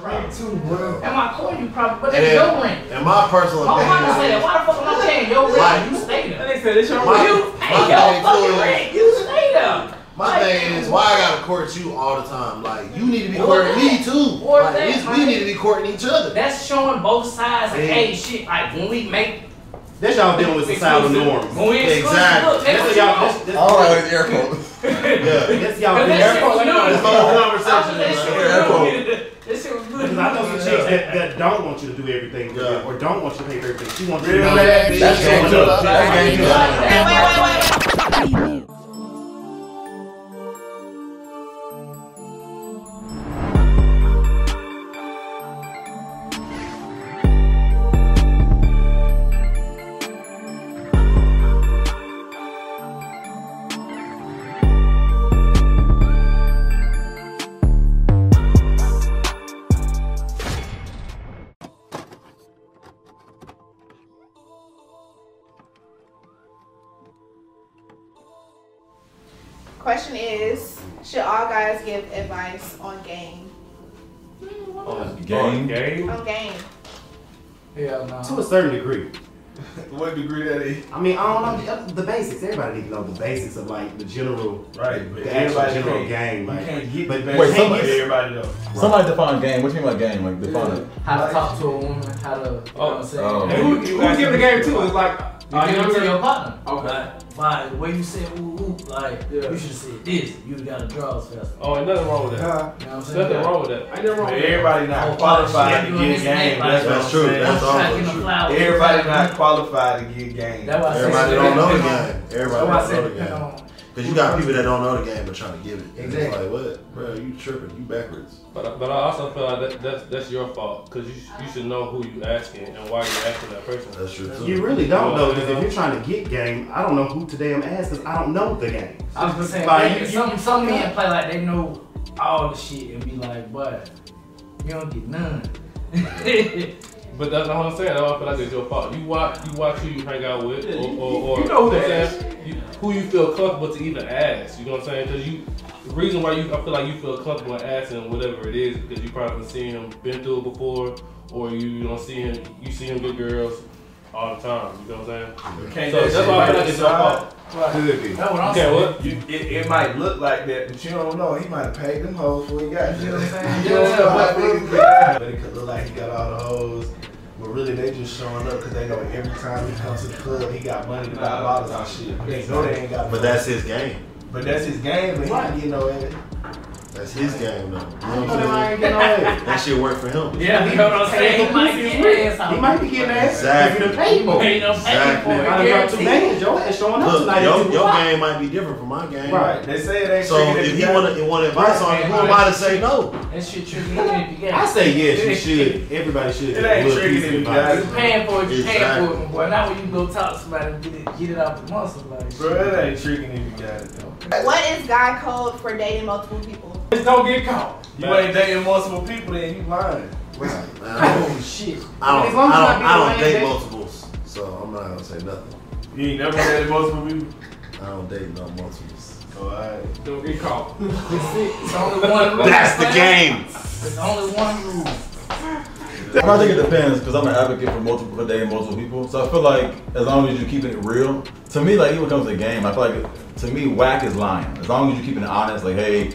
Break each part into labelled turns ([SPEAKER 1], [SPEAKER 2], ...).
[SPEAKER 1] rent too, bro.
[SPEAKER 2] And my core, you probably, but
[SPEAKER 3] And-
[SPEAKER 2] it's your rent.
[SPEAKER 3] In my personal
[SPEAKER 1] Oh,
[SPEAKER 2] My mama
[SPEAKER 3] opinion,
[SPEAKER 2] said, why the fuck am I paying your
[SPEAKER 3] Why?
[SPEAKER 2] rent? You stay
[SPEAKER 1] That
[SPEAKER 2] there.
[SPEAKER 1] nigga said it's your
[SPEAKER 3] Why?
[SPEAKER 1] rent.
[SPEAKER 2] You pay
[SPEAKER 3] my
[SPEAKER 2] your
[SPEAKER 3] thing
[SPEAKER 2] fucking
[SPEAKER 3] is-
[SPEAKER 2] rent. You stay there.
[SPEAKER 3] my thing is, why I gotta court you all the time? Like, you need to be courting me too.
[SPEAKER 2] Or
[SPEAKER 3] Like,
[SPEAKER 2] that,
[SPEAKER 3] we-
[SPEAKER 2] my
[SPEAKER 3] we need
[SPEAKER 2] nigga.
[SPEAKER 3] to be courting each other.
[SPEAKER 2] That's showing both sides. Like,
[SPEAKER 3] Yeah.
[SPEAKER 2] hey, shit. Like when we make
[SPEAKER 4] That's y'all dealing with societal
[SPEAKER 2] exclusive-
[SPEAKER 4] norms.
[SPEAKER 2] When we exclusive,
[SPEAKER 3] Exactly.
[SPEAKER 2] look,
[SPEAKER 4] That's what
[SPEAKER 2] that's
[SPEAKER 4] y'all.
[SPEAKER 2] y'all.
[SPEAKER 4] That's, that's,
[SPEAKER 5] All right, with airport.
[SPEAKER 3] Yeah.
[SPEAKER 4] that's y'all.
[SPEAKER 2] Cause that shit
[SPEAKER 4] That's
[SPEAKER 2] was
[SPEAKER 4] y'all.
[SPEAKER 2] new.
[SPEAKER 4] This whole conversation.
[SPEAKER 2] That shit
[SPEAKER 4] man.
[SPEAKER 2] was good. That shit was good.
[SPEAKER 4] Because I know some chicks that, that don't want you to do everything for
[SPEAKER 3] Yeah.
[SPEAKER 4] them, or don't want you to pay for everything. She wants you to
[SPEAKER 3] Real
[SPEAKER 4] know.
[SPEAKER 3] bad bitch.
[SPEAKER 5] That's
[SPEAKER 4] game
[SPEAKER 3] Showing
[SPEAKER 5] up.
[SPEAKER 3] up.
[SPEAKER 5] That's
[SPEAKER 3] That's
[SPEAKER 5] game
[SPEAKER 3] game
[SPEAKER 5] up.
[SPEAKER 3] up.
[SPEAKER 6] Question is, should all guys give advice on game?
[SPEAKER 5] Game.
[SPEAKER 4] Game.
[SPEAKER 6] On game.
[SPEAKER 4] To
[SPEAKER 1] Hell no.
[SPEAKER 4] a certain degree.
[SPEAKER 5] What degree that is?
[SPEAKER 4] I mean, I don't know the, the basics. Everybody needs to know the basics of like the general,
[SPEAKER 7] Right, but
[SPEAKER 4] the actual
[SPEAKER 7] everybody
[SPEAKER 4] general
[SPEAKER 7] can't-
[SPEAKER 4] game.
[SPEAKER 7] You
[SPEAKER 4] Like,
[SPEAKER 7] can't get
[SPEAKER 4] But-
[SPEAKER 7] the
[SPEAKER 4] wait,
[SPEAKER 7] best
[SPEAKER 5] somebody-
[SPEAKER 7] somebody, everybody though.
[SPEAKER 5] Somebody define game. What do you mean by game? Like define it.
[SPEAKER 1] How to talk to a woman, how to, you know what I'm saying?
[SPEAKER 5] Oh.
[SPEAKER 1] Hey,
[SPEAKER 5] Hey,
[SPEAKER 1] you
[SPEAKER 5] who-
[SPEAKER 1] you
[SPEAKER 7] who give
[SPEAKER 1] the game to? It's
[SPEAKER 7] like,
[SPEAKER 1] give it to your partner.
[SPEAKER 7] Oh. okay.
[SPEAKER 1] Like, why, the way you said ooh, ooh, like,
[SPEAKER 7] Yeah.
[SPEAKER 1] you should have said this. You would have got a draws faster.
[SPEAKER 7] Oh, ain't nothing wrong with that.
[SPEAKER 1] You know what I'm saying?
[SPEAKER 7] Nothing wrong with that. Ain't nothing wrong with that. Everybody
[SPEAKER 1] Oh,
[SPEAKER 7] not
[SPEAKER 1] shit,
[SPEAKER 7] qualified to
[SPEAKER 1] you
[SPEAKER 7] get
[SPEAKER 1] missing that,
[SPEAKER 7] game.
[SPEAKER 1] like,
[SPEAKER 7] That's, what
[SPEAKER 3] That's
[SPEAKER 7] I'm
[SPEAKER 3] true.
[SPEAKER 7] saying.
[SPEAKER 3] That's all
[SPEAKER 1] Tracking the
[SPEAKER 3] true.
[SPEAKER 1] flowers.
[SPEAKER 7] Everybody not qualified to get game.
[SPEAKER 1] That's why I said-
[SPEAKER 3] Everybody don't know the game.
[SPEAKER 1] That's
[SPEAKER 3] Everybody
[SPEAKER 1] why I
[SPEAKER 3] don't
[SPEAKER 1] said
[SPEAKER 3] know
[SPEAKER 1] depend
[SPEAKER 3] the game.
[SPEAKER 1] on-
[SPEAKER 3] Cause you got people that don't know the game but trying to give it. And It's
[SPEAKER 1] Exactly.
[SPEAKER 3] like what, bro? You tripping? You backwards?
[SPEAKER 8] But, but I also feel like that, that's that's your fault because you, sh- you should know who you asking and why you asking that person.
[SPEAKER 3] That's true too.
[SPEAKER 4] You really don't know because if you're trying to get game, I don't know who to damn ask because I don't know the game.
[SPEAKER 1] I was just saying,
[SPEAKER 4] Like,
[SPEAKER 1] like,
[SPEAKER 4] you-
[SPEAKER 1] some some men play like they know all the shit and be like, but you don't get none. you
[SPEAKER 8] But that's not what I'm saying. I don't feel like it's your fault. You watch you watch who you hang out with or, or, or
[SPEAKER 1] You know who
[SPEAKER 8] what I'm
[SPEAKER 1] that
[SPEAKER 8] saying? You- who you feel comfortable to even ask. You know what I'm saying? Because you the reason why you I feel like you feel comfortable in asking whatever it is because you probably seen him been through it before or you you know see him you see him get girls all the time. You know what I'm saying?
[SPEAKER 7] Can't
[SPEAKER 8] So
[SPEAKER 7] that
[SPEAKER 8] that's
[SPEAKER 7] shit
[SPEAKER 8] why I
[SPEAKER 7] might
[SPEAKER 8] feel like it's your
[SPEAKER 7] decide?
[SPEAKER 8] fault.
[SPEAKER 7] Could be.
[SPEAKER 1] know what I'm
[SPEAKER 8] Okay,
[SPEAKER 1] saying?
[SPEAKER 8] what?
[SPEAKER 7] You, it, it might look like that, but you don't know. He might have paid them hoes before he got
[SPEAKER 1] You know
[SPEAKER 7] there.
[SPEAKER 1] what I'm saying?
[SPEAKER 7] You don't
[SPEAKER 1] Yeah,
[SPEAKER 7] know how
[SPEAKER 1] but-
[SPEAKER 7] niggas get. But it could look like he got all the hoes. But really, they just showing up because they know every time he comes to the club, he got money to buy bottles and shit. They know they ain't got
[SPEAKER 3] But that's his game.
[SPEAKER 7] but that's his game, but
[SPEAKER 1] Right.
[SPEAKER 7] he you know it.
[SPEAKER 3] That's his game though. You know what
[SPEAKER 4] I
[SPEAKER 3] I'm
[SPEAKER 4] don't know that I
[SPEAKER 3] saying?
[SPEAKER 4] ain't getting away.
[SPEAKER 3] That shit worked for him.
[SPEAKER 1] Yeah, you know what I'm saying? He might get his ass out.
[SPEAKER 4] He might be getting asked.
[SPEAKER 3] Exactly.
[SPEAKER 4] If you done paid more.
[SPEAKER 1] Ain't no paying
[SPEAKER 3] Exactly.
[SPEAKER 1] for
[SPEAKER 4] I
[SPEAKER 1] it.
[SPEAKER 4] done dropped two
[SPEAKER 1] guaranteed.
[SPEAKER 4] names. Your ass showing up
[SPEAKER 3] Look,
[SPEAKER 4] tonight.
[SPEAKER 3] your,
[SPEAKER 4] You-
[SPEAKER 3] your game might be different from my game.
[SPEAKER 4] Right.
[SPEAKER 7] They say it ain't
[SPEAKER 3] So
[SPEAKER 7] tricking
[SPEAKER 3] if
[SPEAKER 7] you
[SPEAKER 3] he
[SPEAKER 7] got-
[SPEAKER 3] want to want advice on it, who am I to say no?
[SPEAKER 1] That shit tricky. if you
[SPEAKER 4] I
[SPEAKER 1] got
[SPEAKER 4] say yes, you should. Everybody should.
[SPEAKER 7] It
[SPEAKER 4] get a
[SPEAKER 7] ain't
[SPEAKER 4] little
[SPEAKER 7] tricking
[SPEAKER 4] piece of
[SPEAKER 7] you
[SPEAKER 4] advice.
[SPEAKER 1] You paying for it, you paying for it,
[SPEAKER 3] Exactly.
[SPEAKER 1] my boy. Not when you go talk to somebody and get it, get it out the muscle. Like,
[SPEAKER 7] Bro, it ain't tricking if you got it though.
[SPEAKER 6] What is guy code for dating multiple people?
[SPEAKER 1] Just don't get caught.
[SPEAKER 7] You ain't dating multiple people, then you lying.
[SPEAKER 3] Man, I don't,
[SPEAKER 1] Oh, shit.
[SPEAKER 3] I
[SPEAKER 4] As
[SPEAKER 3] don't,
[SPEAKER 4] long as
[SPEAKER 3] I don't,
[SPEAKER 4] I
[SPEAKER 3] I
[SPEAKER 4] be
[SPEAKER 3] don't date
[SPEAKER 4] the one
[SPEAKER 3] multiples, so I'm not gonna say nothing.
[SPEAKER 7] You ain't never dated multiple people.
[SPEAKER 3] I don't date no multiples.
[SPEAKER 7] Oh, alright.
[SPEAKER 8] Don't get caught.
[SPEAKER 1] That's it. It's only one rule.
[SPEAKER 3] That's the game.
[SPEAKER 1] It's only one rule.
[SPEAKER 5] I think it depends because I'm an advocate for multiple for dating multiple people. So I feel like as long as you keeping it real, to me, like even when it comes to the game, I feel like it- to me, whack is lying. As long as you keeping it honest, like hey,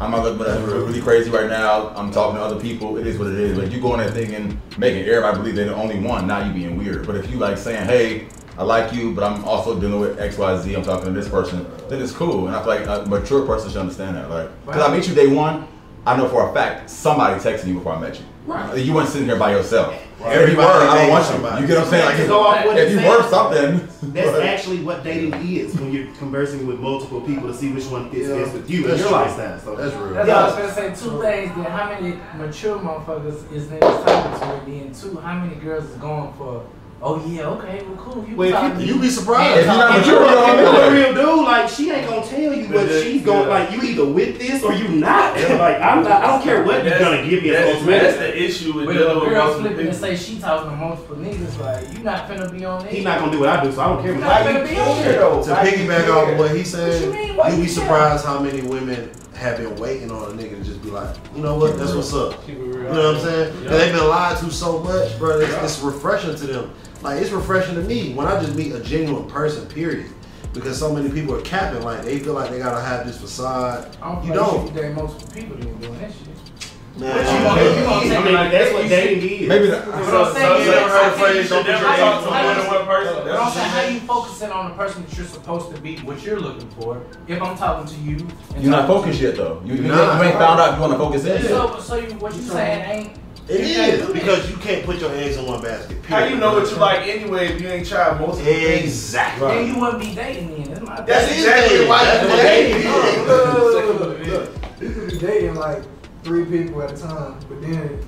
[SPEAKER 5] I'm not looking at really crazy right now. I'm talking to other people. It is what it is. Like you going there thinking, making everybody believe they're the only one. Now you being weird. But if you like saying, hey, I like you, but I'm also dealing with X, Y, Z. I'm talking to this person. Then it's cool. And I feel like a mature person should understand that. Like, because I meet you day one, I know for a fact somebody texted you before I met you. Right. You weren't sitting here by yourself.
[SPEAKER 3] Right.
[SPEAKER 5] If you were, I
[SPEAKER 3] Everybody
[SPEAKER 5] don't want
[SPEAKER 3] dating
[SPEAKER 5] you. You get what I'm saying? Like,
[SPEAKER 4] Just go off what
[SPEAKER 5] if
[SPEAKER 4] it
[SPEAKER 5] you
[SPEAKER 4] says.
[SPEAKER 5] were something,
[SPEAKER 4] That's actually what dating is when you're conversing with multiple people to see which one fits
[SPEAKER 3] Yeah.
[SPEAKER 4] best with you and
[SPEAKER 3] That's
[SPEAKER 4] your
[SPEAKER 3] true.
[SPEAKER 4] lifestyle. So
[SPEAKER 3] That's real.
[SPEAKER 1] That's what I was gonna say. Two things. Then how many mature motherfuckers is niggas talking to? And then two, how many girls is going for? Oh yeah, okay, well cool. You
[SPEAKER 4] Well, if you-
[SPEAKER 1] talking to
[SPEAKER 3] You be
[SPEAKER 5] if you're
[SPEAKER 3] surprised.
[SPEAKER 5] not
[SPEAKER 4] If you're,
[SPEAKER 5] mature, you
[SPEAKER 4] if you're a
[SPEAKER 5] don't know.
[SPEAKER 4] real dude, like she ain't gonna tell you
[SPEAKER 7] But
[SPEAKER 4] what
[SPEAKER 7] that's-
[SPEAKER 4] she's gonna
[SPEAKER 7] yeah.
[SPEAKER 4] like. You either with this or you not. like I'm not. I don't care what you're gonna give me as
[SPEAKER 7] That's, that's
[SPEAKER 4] ultimatum.
[SPEAKER 7] the issue with
[SPEAKER 1] When a
[SPEAKER 7] dealing with
[SPEAKER 1] girl
[SPEAKER 7] multiple
[SPEAKER 1] flipping and
[SPEAKER 7] people.
[SPEAKER 1] say she talking to multiple niggas, like you not finna be on
[SPEAKER 4] He's
[SPEAKER 1] it.
[SPEAKER 4] not gonna do what I do, so I don't care.
[SPEAKER 1] He's
[SPEAKER 4] Like,
[SPEAKER 1] not finna be on it.
[SPEAKER 3] To piggyback off of what he said,
[SPEAKER 1] What you mean? Why
[SPEAKER 3] you'd
[SPEAKER 1] you
[SPEAKER 3] be
[SPEAKER 1] care?
[SPEAKER 3] surprised how many women have been waiting on a nigga to just be like, you know what, that's what's up.
[SPEAKER 8] Keep it real.
[SPEAKER 3] You know what I'm saying?
[SPEAKER 8] Yeah.
[SPEAKER 3] And they've been lied to so much, bro. It's, it's refreshing to them. Like it's refreshing to me when I just meet a genuine person. Period. Because so many people are capping. Like they feel like they gotta have this facade.
[SPEAKER 1] I don't play
[SPEAKER 3] You
[SPEAKER 1] shit
[SPEAKER 3] don't.
[SPEAKER 1] with that multiple people that been doing that shit.
[SPEAKER 8] I mean, like, that's what dating is.
[SPEAKER 5] Maybe the,
[SPEAKER 2] What I'm saying
[SPEAKER 7] you
[SPEAKER 2] is,
[SPEAKER 7] never heard
[SPEAKER 2] I
[SPEAKER 7] the
[SPEAKER 2] think you
[SPEAKER 7] phrase,
[SPEAKER 2] should
[SPEAKER 7] don't put
[SPEAKER 2] never
[SPEAKER 7] your
[SPEAKER 2] talk
[SPEAKER 7] hands
[SPEAKER 2] to
[SPEAKER 7] on
[SPEAKER 2] more
[SPEAKER 7] one
[SPEAKER 2] than one person.
[SPEAKER 1] But I'm saying, how you focusing on the person that you're supposed to be, what you're looking for? If I'm talking to you, and
[SPEAKER 5] you're not
[SPEAKER 1] talking
[SPEAKER 5] focused yet though. You, you,
[SPEAKER 3] You're
[SPEAKER 5] ain't-
[SPEAKER 3] not.
[SPEAKER 5] you ain't found out if you want to focus
[SPEAKER 1] to
[SPEAKER 5] in. yet.
[SPEAKER 1] So, so you, what you saying ain't?
[SPEAKER 3] It
[SPEAKER 1] You can't
[SPEAKER 3] is
[SPEAKER 1] do that.
[SPEAKER 3] because you can't put your eggs in one basket.
[SPEAKER 7] How
[SPEAKER 3] period.
[SPEAKER 7] you know what you like anyway if you ain't tried most of the things?
[SPEAKER 3] Exactly.
[SPEAKER 1] Then you wouldn't be dating me. That's my
[SPEAKER 7] That's
[SPEAKER 3] It is
[SPEAKER 7] exactly
[SPEAKER 3] dating.
[SPEAKER 7] why
[SPEAKER 3] That's
[SPEAKER 7] you
[SPEAKER 3] what
[SPEAKER 7] dating.
[SPEAKER 3] dating
[SPEAKER 7] Look,
[SPEAKER 3] is.
[SPEAKER 7] look, look, look.
[SPEAKER 9] Look, you be dating like three people at a time, but then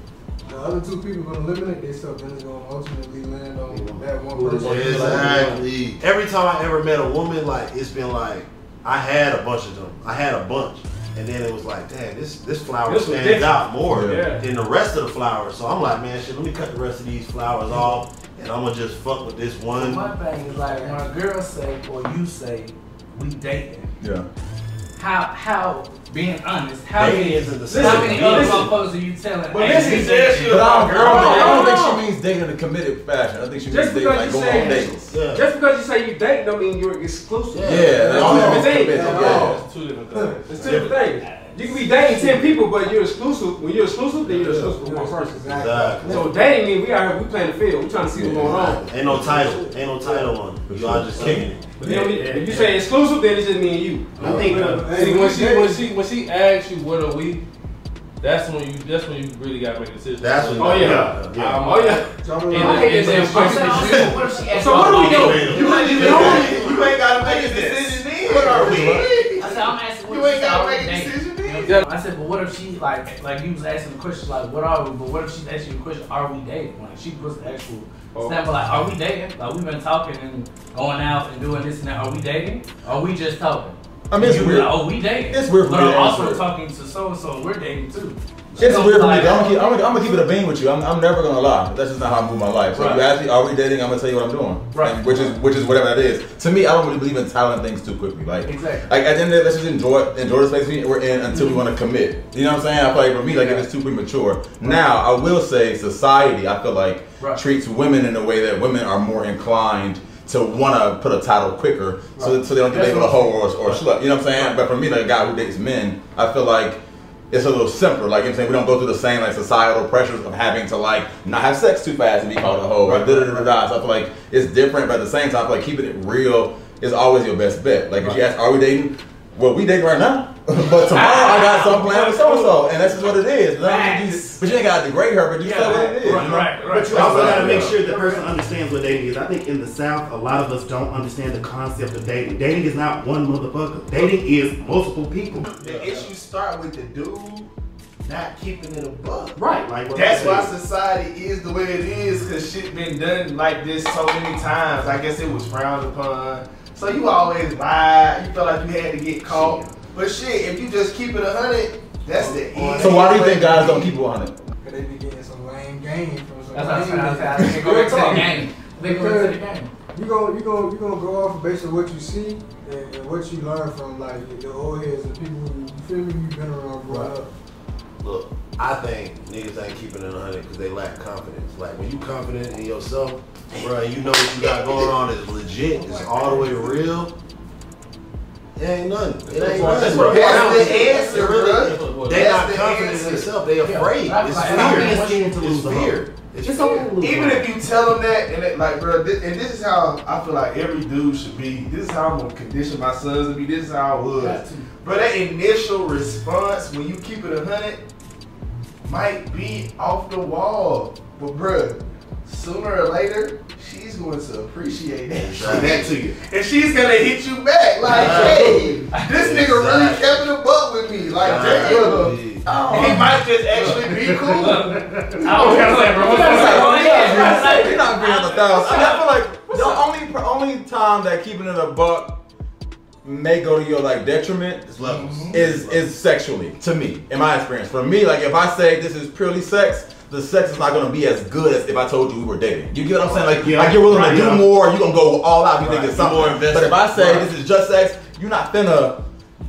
[SPEAKER 9] the other two people gonna eliminate themselves and it's gonna ultimately land on that one person.
[SPEAKER 3] Exactly. Every time I ever met a woman, like it's been like I had a bunch of them. I had a bunch, and then it was like, damn, this this flower
[SPEAKER 8] This was
[SPEAKER 3] stands
[SPEAKER 8] different.
[SPEAKER 3] out more
[SPEAKER 8] Yeah.
[SPEAKER 3] than the rest of the flowers. So I'm like, man, shit, let me cut the rest of these flowers off, and I'm gonna just fuck with this one.
[SPEAKER 1] My thing is like when a girl say or you say we dating.
[SPEAKER 5] Yeah.
[SPEAKER 1] How how being honest? How
[SPEAKER 3] Dating
[SPEAKER 1] many
[SPEAKER 3] isn't the
[SPEAKER 1] how
[SPEAKER 3] same.
[SPEAKER 1] many other
[SPEAKER 3] Listen.
[SPEAKER 1] motherfuckers are you telling?
[SPEAKER 7] But
[SPEAKER 1] "Hey,
[SPEAKER 7] listen,
[SPEAKER 1] we
[SPEAKER 7] says
[SPEAKER 1] dating?"
[SPEAKER 7] she
[SPEAKER 5] But I don't, I don't, I don't
[SPEAKER 2] No, no,
[SPEAKER 5] think she means dating in a committed fashion. I think she means
[SPEAKER 2] Just
[SPEAKER 5] dating like
[SPEAKER 2] because you
[SPEAKER 5] going on
[SPEAKER 2] say
[SPEAKER 5] dates.
[SPEAKER 3] Yeah.
[SPEAKER 2] just because you say you date don't mean you're exclusive.
[SPEAKER 5] Yeah, that's
[SPEAKER 3] Oh,
[SPEAKER 5] what
[SPEAKER 2] it's
[SPEAKER 5] it's
[SPEAKER 2] dating.
[SPEAKER 5] committed,
[SPEAKER 2] Oh.
[SPEAKER 5] yeah.
[SPEAKER 8] It's two different things.
[SPEAKER 2] It's two different things. You can be dating ten people, but you're exclusive. When you're exclusive, then you're exclusive with one person.
[SPEAKER 3] Exactly.
[SPEAKER 2] So dating mean we out here, we playing the field, we trying to see what's going on.
[SPEAKER 3] Ain't no title. Ain't no title on it. Y'all just kicking it.
[SPEAKER 2] But you know, if you say exclusive, then it's just me and you.
[SPEAKER 9] I think
[SPEAKER 7] uh,
[SPEAKER 8] See, when she when she when she asks you what are we, that's when you that's when you really gotta make a decision.
[SPEAKER 3] That's when
[SPEAKER 8] oh
[SPEAKER 3] you-
[SPEAKER 8] yeah,
[SPEAKER 3] Yeah.
[SPEAKER 8] Um, oh yeah.
[SPEAKER 2] Okay,
[SPEAKER 8] And then-
[SPEAKER 2] then
[SPEAKER 8] and then-
[SPEAKER 2] fucking-
[SPEAKER 1] So what if she asked
[SPEAKER 2] So what
[SPEAKER 1] me-
[SPEAKER 2] are we doing?
[SPEAKER 7] You ain't even doing it. You ain't gotta make a decision then. What are we?
[SPEAKER 1] I said I'm asking. What
[SPEAKER 7] You
[SPEAKER 1] if
[SPEAKER 7] ain't
[SPEAKER 1] she
[SPEAKER 7] gotta
[SPEAKER 1] already
[SPEAKER 7] make a
[SPEAKER 1] dating?
[SPEAKER 7] decision
[SPEAKER 1] You know
[SPEAKER 7] then.
[SPEAKER 1] what I'm saying? I said, but what if she like like you was asking the question like what are we? But what if she's asking the question are we dating? Like she puts the actual
[SPEAKER 7] Oh.
[SPEAKER 1] stamp like are we dating? Like we've been talking and going out and doing this and that. Are we dating? Are we just talking?
[SPEAKER 5] I mean, it's
[SPEAKER 1] you be
[SPEAKER 5] weird.
[SPEAKER 1] Like, oh, we dating.
[SPEAKER 5] It's weird for
[SPEAKER 1] But
[SPEAKER 5] me
[SPEAKER 1] I'm
[SPEAKER 5] to
[SPEAKER 1] also
[SPEAKER 5] answer.
[SPEAKER 1] talking to so and so. We're dating too.
[SPEAKER 5] It's
[SPEAKER 1] So,
[SPEAKER 5] weird for me.
[SPEAKER 1] like,
[SPEAKER 5] but I'm gonna, keep, I'm, gonna, I'm gonna keep it a bean with you. I'm, I'm never gonna lie. That's just not how I move my life. So if you
[SPEAKER 1] Right.
[SPEAKER 5] ask me, are we dating? I'm gonna tell you what I'm doing.
[SPEAKER 1] Right.
[SPEAKER 5] And which is which is whatever that is. To me, I don't really believe in titling things too quickly. Like
[SPEAKER 1] Exactly.
[SPEAKER 5] Like at the end of the day, let's just enjoy enjoy the space we- we're in until we want to commit. You know what I'm saying? I feel like for me, like if it's too premature. Now, I will say society, I feel like
[SPEAKER 1] Right.
[SPEAKER 5] treats women in a way that women are more inclined to want to put a title quicker, so that, so they don't get
[SPEAKER 1] That's
[SPEAKER 5] labeled a
[SPEAKER 1] what
[SPEAKER 5] hoe or, or slut. You know what I'm saying? But for me, like a guy who dates men, I feel like. It's a little simpler, like you know what I'm saying. We don't go through the same like societal pressures of having to like not have sex too fast and be called a hoe. Or da, da, da, da, da. So I feel like it's different, but at the same time, I feel like keeping it real is always your best bet. Like if you ask, are we dating? Well, we dating right now, but tomorrow I got something planned with so and so, and that's just what it is. But, I mean, you, but you ain't gotta degrade her, but you
[SPEAKER 1] Yeah,
[SPEAKER 5] said what it is.
[SPEAKER 1] right,
[SPEAKER 5] you know?
[SPEAKER 1] right, right.
[SPEAKER 4] But you also gotta make sure the person understands what dating is. I think in the South, a lot of us don't understand the concept of dating. Dating is not one motherfucker. Dating is multiple people.
[SPEAKER 7] The issue start with the dude not keeping it a buck.
[SPEAKER 4] Right. Like what
[SPEAKER 7] That's
[SPEAKER 4] I
[SPEAKER 7] why
[SPEAKER 4] said.
[SPEAKER 7] society is the way it is, because shit been done like this so many times. I guess it was frowned upon. So you always lied. You felt like you had to get caught. But shit, if you just keep it a hundred, that's the easiest.
[SPEAKER 5] So why do you
[SPEAKER 7] way
[SPEAKER 5] think
[SPEAKER 7] to
[SPEAKER 5] guys
[SPEAKER 7] be.
[SPEAKER 5] don't keep it 100?
[SPEAKER 9] Cause they be getting some lame game from some
[SPEAKER 1] That's what I'm
[SPEAKER 9] lame
[SPEAKER 1] saying. I said, I
[SPEAKER 9] niggas.
[SPEAKER 1] think go back to
[SPEAKER 9] Real
[SPEAKER 1] the
[SPEAKER 9] talk.
[SPEAKER 1] game. I think go back to the game.
[SPEAKER 9] You gonna you gonna you gonna go off based on what you see and, and what you learn from like the old heads and people who you feel me you've been around growing up.
[SPEAKER 3] Look, I think niggas ain't keeping it 100 because they lack confidence. Like, when you confident in yourself, bro, you know what you got going on is legit, it's all the way real. It ain't nothing. It ain't
[SPEAKER 7] That's
[SPEAKER 3] nothing.
[SPEAKER 7] what-
[SPEAKER 3] That's the
[SPEAKER 7] that's
[SPEAKER 3] answer,
[SPEAKER 7] the answer,
[SPEAKER 3] really. They
[SPEAKER 7] That's
[SPEAKER 3] not
[SPEAKER 7] the
[SPEAKER 3] confident
[SPEAKER 7] answer.
[SPEAKER 3] in themselves. They afraid.
[SPEAKER 1] Yeah,
[SPEAKER 3] It's
[SPEAKER 1] like,
[SPEAKER 3] fear.
[SPEAKER 1] I'm
[SPEAKER 3] It's
[SPEAKER 4] scared to lose the
[SPEAKER 3] fear. It's
[SPEAKER 4] It's
[SPEAKER 3] fear.
[SPEAKER 4] okay to lose
[SPEAKER 7] Even
[SPEAKER 4] the
[SPEAKER 7] if you tell them that, and it, like, bro, thi- and this is how I feel like every dude should be. This is how I'm gonna condition my sons to be. This is how I
[SPEAKER 1] Got
[SPEAKER 7] was.
[SPEAKER 1] to.
[SPEAKER 7] Bro, that initial response when you keep it a hundred might be off the wall, but bruh, sooner or later she's going to appreciate that.
[SPEAKER 3] Exactly.
[SPEAKER 7] shit.
[SPEAKER 3] to you.
[SPEAKER 7] And she's gonna hit you back like, hey,
[SPEAKER 3] Exactly.
[SPEAKER 7] this nigga really
[SPEAKER 3] Exactly.
[SPEAKER 7] kept it a buck with me. Like, damn.
[SPEAKER 3] Exactly.
[SPEAKER 7] And He might just actually be cool.
[SPEAKER 2] I was gonna say, bro, what's
[SPEAKER 5] That's
[SPEAKER 2] going
[SPEAKER 5] like, oh,
[SPEAKER 2] on?
[SPEAKER 5] yeah, you're not being a thousand. I mean, I feel like the only only time that keeping it a buck may go to your like detriment Mm-hmm.
[SPEAKER 3] It's levels.
[SPEAKER 5] is is sexually to me, in my experience. For me, like if I say this is purely sex, the sex is not gonna be as good as if I told you we were dating. You get what I'm saying? Like,
[SPEAKER 4] Yeah.
[SPEAKER 5] like you're willing
[SPEAKER 4] Right,
[SPEAKER 5] to do
[SPEAKER 4] yeah.
[SPEAKER 5] more, you gonna go all out. You
[SPEAKER 3] Right.
[SPEAKER 5] think it's
[SPEAKER 3] You
[SPEAKER 5] something.
[SPEAKER 3] more
[SPEAKER 5] but
[SPEAKER 3] invested.
[SPEAKER 5] if I say
[SPEAKER 3] Right.
[SPEAKER 5] this is just sex, you're not finna